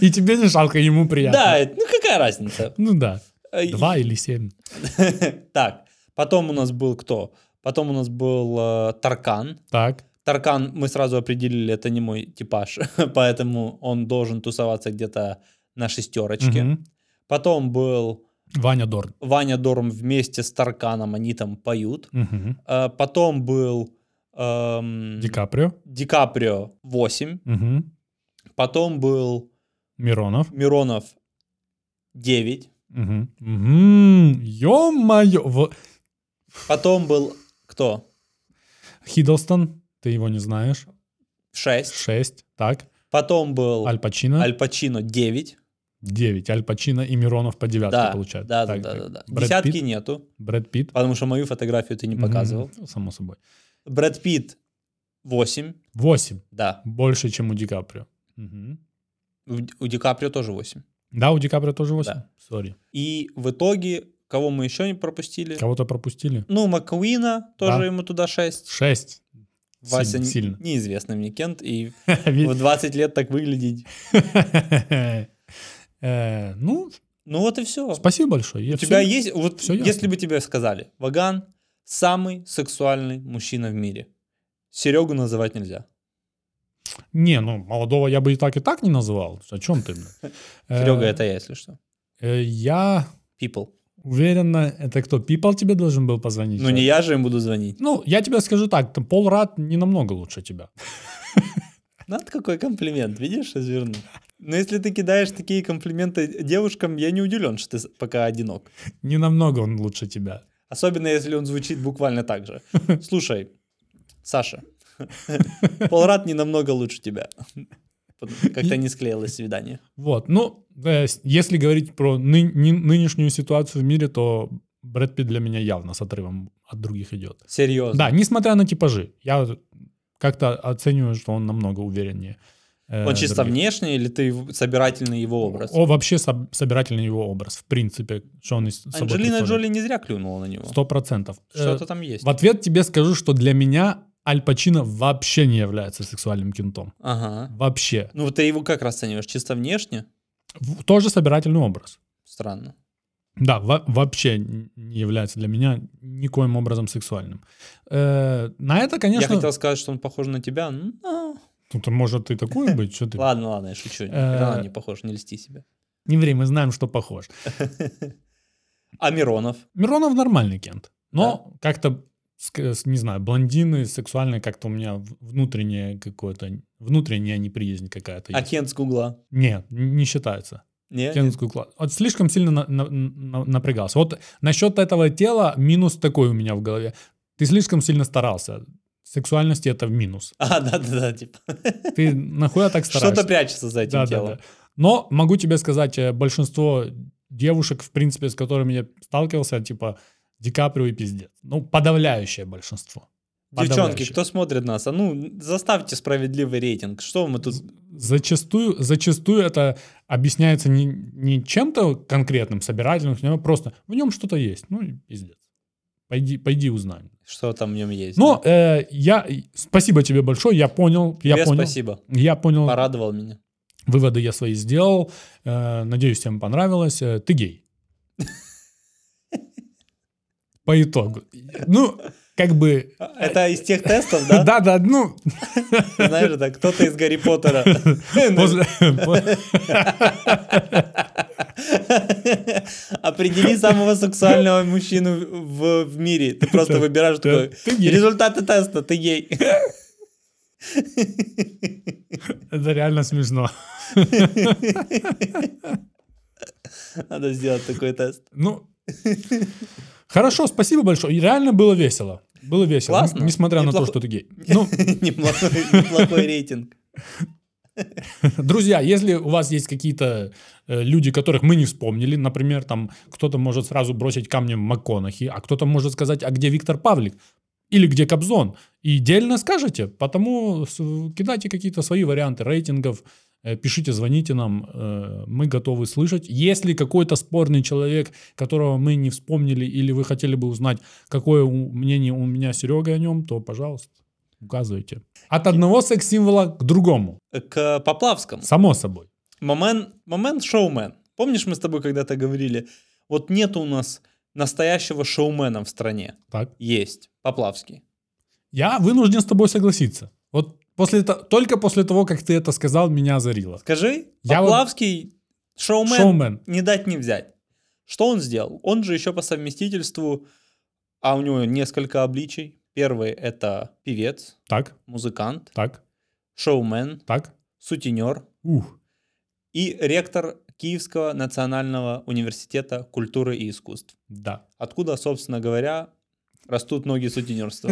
Speaker 2: И тебе не жалко, ему приятно.
Speaker 3: Да, это- ну какая разница?
Speaker 2: Ну да,
Speaker 3: Э,
Speaker 2: два или семь.
Speaker 3: Так, потом у нас был кто? Потом у нас был э, Таркан.
Speaker 2: Так,
Speaker 3: Таркан мы сразу определили, это не мой типаж, поэтому он должен тусоваться где-то на шестерочке.
Speaker 2: мгм.
Speaker 3: Потом был
Speaker 2: Ваня Дорн.
Speaker 3: Ваня Дорм вместе с Тарканом, они там поют.
Speaker 2: Мгм.
Speaker 3: Э, потом был эм,
Speaker 2: Ди Каприо.
Speaker 3: Ди Каприо 8.
Speaker 2: Мгм.
Speaker 3: Потом был
Speaker 2: Миронов.
Speaker 3: Миронов 9.
Speaker 2: Мгм. Мгм. Ё-моё. В-
Speaker 3: Потом был кто?
Speaker 2: Хиддлстон, ты его не знаешь.
Speaker 3: 6.
Speaker 2: Шесть. Так,
Speaker 3: Потом был
Speaker 2: Аль Пачино.
Speaker 3: Аль Пачино 9.
Speaker 2: Девять. Аль Пачино и Миронов по девятке
Speaker 3: Да,
Speaker 2: получают.
Speaker 3: да, да,
Speaker 2: Так,
Speaker 3: да,
Speaker 2: так.
Speaker 3: да, да.
Speaker 2: Брэд
Speaker 3: Десятки
Speaker 2: Питт.
Speaker 3: нету,
Speaker 2: Брэд Питт.
Speaker 3: потому что мою фотографию ты не
Speaker 2: Мгм.
Speaker 3: показывал.
Speaker 2: Ну, Само собой.
Speaker 3: Брэд Питт 8,
Speaker 2: Восемь.
Speaker 3: да.
Speaker 2: Больше, чем у Ди Каприо. Мгм.
Speaker 3: У, у Ди Каприо тоже 8.
Speaker 2: Да, у Ди Каприо тоже восемь?
Speaker 3: Да.
Speaker 2: Сори.
Speaker 3: И в итоге, кого мы еще не пропустили?
Speaker 2: Кого-то пропустили?
Speaker 3: Ну, Маккуина, тоже
Speaker 2: Да.
Speaker 3: ему туда 6.
Speaker 2: Шесть.
Speaker 3: Вася не-
Speaker 2: сильно.
Speaker 3: неизвестный мне Кент, и в
Speaker 2: Ведь-
Speaker 3: 20 лет так выглядеть.
Speaker 2: Э, Ну,
Speaker 3: Ну вот и все.
Speaker 2: спасибо большое. Я
Speaker 3: У тебя
Speaker 2: всё-
Speaker 3: есть, вот
Speaker 2: всё ясно.
Speaker 3: если бы тебе сказали, Ваган самый сексуальный мужчина в мире, Серегу называть нельзя.
Speaker 2: Не, ну, молодого я бы и так, и так не называл. О чем ты? блин? Э,
Speaker 3: Серега это я, если что.
Speaker 2: э, Я
Speaker 3: People.
Speaker 2: уверенно... Это кто, People тебе должен был позвонить?
Speaker 3: Ну не я же им буду звонить.
Speaker 2: Ну, я тебе скажу так, там Пол Рад не намного лучше тебя.
Speaker 3: Над какой комплимент, видишь, разверну. Но если ты кидаешь такие комплименты девушкам, я не удивлен, что ты с- пока одинок.
Speaker 2: Не намного он лучше тебя.
Speaker 3: Особенно, если он звучит буквально так же. Слушай, Саша, Полрат не намного лучше тебя. Как-то не склеилось свидание.
Speaker 2: Вот, ну, э, с- если говорить про ны- ни- нынешнюю ситуацию в мире, то Брэд Питт для меня явно с отрывом от других идет.
Speaker 3: Серьезно.
Speaker 2: Да, несмотря на типажи, я как-то оцениваю, что он намного увереннее. э,
Speaker 3: Он чисто
Speaker 2: других.
Speaker 3: внешний или ты в- собирательный его образ?
Speaker 2: О, вообще соб- собирательный его образ, в принципе, что он из собой
Speaker 3: Анджелина
Speaker 2: представляет.
Speaker 3: Джоли не зря клюнула на него.
Speaker 2: Сто процентов. Э,
Speaker 3: Что-то там есть.
Speaker 2: В ответ тебе скажу, что для меня Аль Пачино вообще не является сексуальным кентом.
Speaker 3: Ага.
Speaker 2: Вообще.
Speaker 3: Ну ты его как расцениваешь? Чисто внешне?
Speaker 2: В- тоже собирательный образ.
Speaker 3: Странно.
Speaker 2: Да, во- вообще не является для меня никоим образом сексуальным. Э, на это, конечно...
Speaker 3: Я хотел сказать, что он похож на тебя. но-
Speaker 2: Ну, то может и такое быть, что ты...
Speaker 3: Ладно, ладно, я шучу. Никогда
Speaker 2: Э,
Speaker 3: он не похож, не льсти себя.
Speaker 2: Не ври, мы знаем, что похож.
Speaker 3: А Миронов?
Speaker 2: Миронов нормальный кент. Но как-то, ск- с- не знаю, блондины, сексуальные, как-то у меня в- внутреннее какое-то... Внутренняя неприязнь какая-то
Speaker 3: А
Speaker 2: есть.
Speaker 3: Кент с Гугла?
Speaker 2: Нет, не считается.
Speaker 3: Не?
Speaker 2: Кенскую кла- Вот слишком сильно на- на- на- напрягался. Вот насчет этого тела минус такой у меня в голове. Ты слишком сильно старался. Сексуальности это в минус.
Speaker 3: А, да-да-да, типа.
Speaker 2: Ты нахуя так стараешься?
Speaker 3: Что-то прячется за этим
Speaker 2: Да, да,
Speaker 3: телом.
Speaker 2: да. Но могу тебе сказать, э, большинство девушек, в принципе, с которыми я сталкивался, типа Ди Каприо и пиздец. Ну, подавляющее большинство.
Speaker 3: Девчонки,
Speaker 2: Подавляющее.
Speaker 3: кто смотрит нас? А ну, заставьте справедливый рейтинг. Что мы тут...
Speaker 2: Зачастую, зачастую это объясняется не, не чем-то конкретным, собирательным, но просто в нем что-то есть. Ну, и пиздец. Пойди, пойди узнай.
Speaker 3: Что там в нем есть?
Speaker 2: Но
Speaker 3: да?
Speaker 2: э, я... Спасибо тебе большое, я понял. Я
Speaker 3: Тебе
Speaker 2: понял. Ну.
Speaker 3: спасибо.
Speaker 2: Я понял,
Speaker 3: Порадовал меня.
Speaker 2: выводы я свои сделал. Э, надеюсь, всем понравилось. Э, ты гей. По итогу. Ну, как бы...
Speaker 3: Это из тех тестов, да?
Speaker 2: Да, да, ну...
Speaker 3: Знаешь, это кто-то из Гарри Поттера.
Speaker 2: после- по-
Speaker 3: Определи самого сексуального мужчину в, в мире. Ты просто
Speaker 2: Да,
Speaker 3: выбираешь
Speaker 2: да,
Speaker 3: такой.
Speaker 2: Ты гей.
Speaker 3: Результаты теста, ты гей.
Speaker 2: Это реально смешно.
Speaker 3: Надо сделать такой тест.
Speaker 2: Ну, хорошо, спасибо большое. И реально было весело. Было весело.
Speaker 3: Классно.
Speaker 2: н- Несмотря на то,
Speaker 3: Неплохо.
Speaker 2: что ты гей. Ну,
Speaker 3: Неплохой неплохой рейтинг.
Speaker 2: Друзья, если у вас есть какие-то э, люди, которых мы не вспомнили, например, там кто-то может сразу бросить камнем МакКонахи, а кто-то может сказать, а где Виктор Павлик? Или где Кобзон? И дельно скажете, потому с- кидайте какие-то свои варианты рейтингов, э, пишите, звоните нам, э, мы готовы слышать. Если какой-то спорный человек, которого мы не вспомнили, или вы хотели бы узнать, какое у- мнение у меня Серега о нем, то, пожалуйста, указывайте. От одного секс-символа к другому,
Speaker 3: К Поплавскому.
Speaker 2: само собой.
Speaker 3: Момент, момент шоумен. Помнишь, мы с тобой когда-то говорили, вот нет у нас настоящего шоумена в стране.
Speaker 2: Так.
Speaker 3: Есть. Поплавский.
Speaker 2: Я вынужден с тобой согласиться. Вот после то- только после того, как ты это сказал, меня озарило.
Speaker 3: Скажи,
Speaker 2: Я вот-
Speaker 3: Поплавский шоумен,
Speaker 2: Шоумен.
Speaker 3: не дать не взять. Что он сделал? Он же еще по совместительству, а у него несколько обличий. Первый это певец,
Speaker 2: Так,
Speaker 3: музыкант,
Speaker 2: так,
Speaker 3: шоумен,
Speaker 2: так.
Speaker 3: сутенер
Speaker 2: Ух.
Speaker 3: и ректор Киевского национального университета культуры и искусств.
Speaker 2: Да.
Speaker 3: Откуда, собственно говоря, растут ноги сутенерства.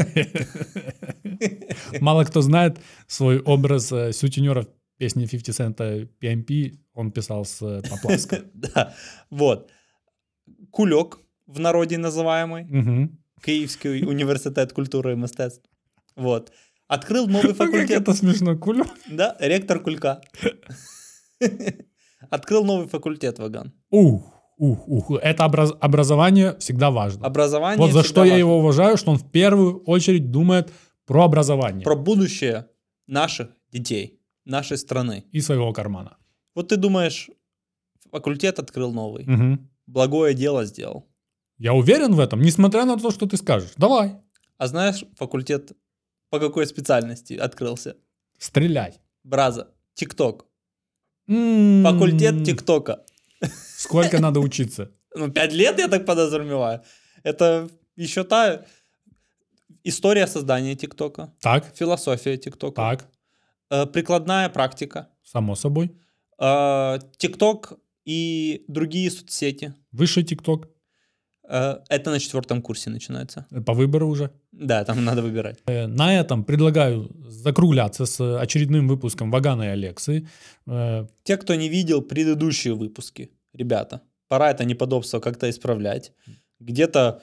Speaker 2: Мало кто знает свой образ э, сутенера в песне 50 Cent PMP. Эм Он писал с э, Поплавского.
Speaker 3: Да, вот. Кулек, в народе называемый,
Speaker 2: Мгм.
Speaker 3: Киевский университет культуры и мистецтв. Вот. Открыл новый
Speaker 2: Ну, Как
Speaker 3: факультет.
Speaker 2: это смешно, Куля.
Speaker 3: Да, ректор Кулька. Открыл новый факультет Ваган.
Speaker 2: Ух, ух, ух. Это образ- образование всегда важно.
Speaker 3: Образование.
Speaker 2: Вот за
Speaker 3: всегда
Speaker 2: что я
Speaker 3: важно.
Speaker 2: его уважаю, что он в первую очередь думает про образование
Speaker 3: Про будущее наших детей, нашей страны.
Speaker 2: и своего кармана.
Speaker 3: Вот ты думаешь, факультет открыл новый,
Speaker 2: Мгм.
Speaker 3: благое дело сделал.
Speaker 2: Я уверен в этом, несмотря на то, что ты скажешь. Давай,
Speaker 3: А знаешь, факультет по какой специальности открылся?
Speaker 2: стреляй.
Speaker 3: Браза, ТикТок.
Speaker 2: М,
Speaker 3: Факультет ТикТока.
Speaker 2: Сколько надо учиться?
Speaker 3: Ну, пять лет, я так подозреваю. Это еще та история создания ТикТока,
Speaker 2: Так,
Speaker 3: философия ТикТока.
Speaker 2: так,
Speaker 3: Э, прикладная практика,
Speaker 2: само собой.
Speaker 3: Э, ТикТок и другие соцсети.
Speaker 2: Высший ТикТок
Speaker 3: Э, Это на четвертом курсе начинается.
Speaker 2: э, по выбору уже.
Speaker 3: Да, там надо выбирать.
Speaker 2: Э, На этом предлагаю закругляться с э, очередным выпуском Вагана и Алексы. Э,
Speaker 3: Те, кто не видел предыдущие выпуски, ребята, пора это неподобство как-то исправлять. Где-то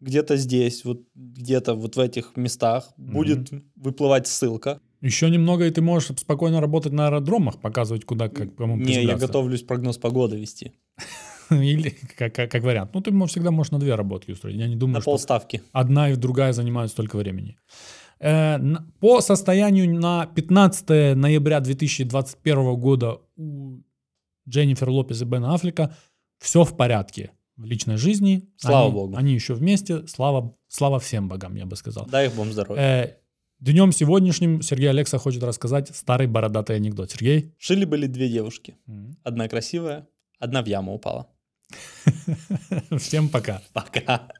Speaker 3: где-то здесь, вот где-то вот в этих местах будет выплывать ссылка.
Speaker 2: Еще немного, и ты можешь спокойно работать на аэродромах, показывать, куда, как, кому
Speaker 3: Не, я
Speaker 2: приземляться.
Speaker 3: готовлюсь прогноз погоды вести.
Speaker 2: Или как, как- как вариант. Ну, ты мо- всегда можешь на две работки устроить. Я не думаю,
Speaker 3: На
Speaker 2: что
Speaker 3: полставки.
Speaker 2: одна и другая занимают столько времени. Э, н- По состоянию на 15 ноября 2021 года у Дженнифер Лопес и Бена Аффлека все в порядке. в личной жизни.
Speaker 3: Слава
Speaker 2: Они-
Speaker 3: богу.
Speaker 2: Они еще вместе. Слава, слава всем богам, я бы сказал.
Speaker 3: Дай их вам здоровья.
Speaker 2: днем сегодняшним Сергей Алекса хочет рассказать старый бородатый анекдот. Сергей?
Speaker 3: Жили были две девушки. Одна красивая, одна в яму упала.
Speaker 2: Всем пока.
Speaker 3: Пока.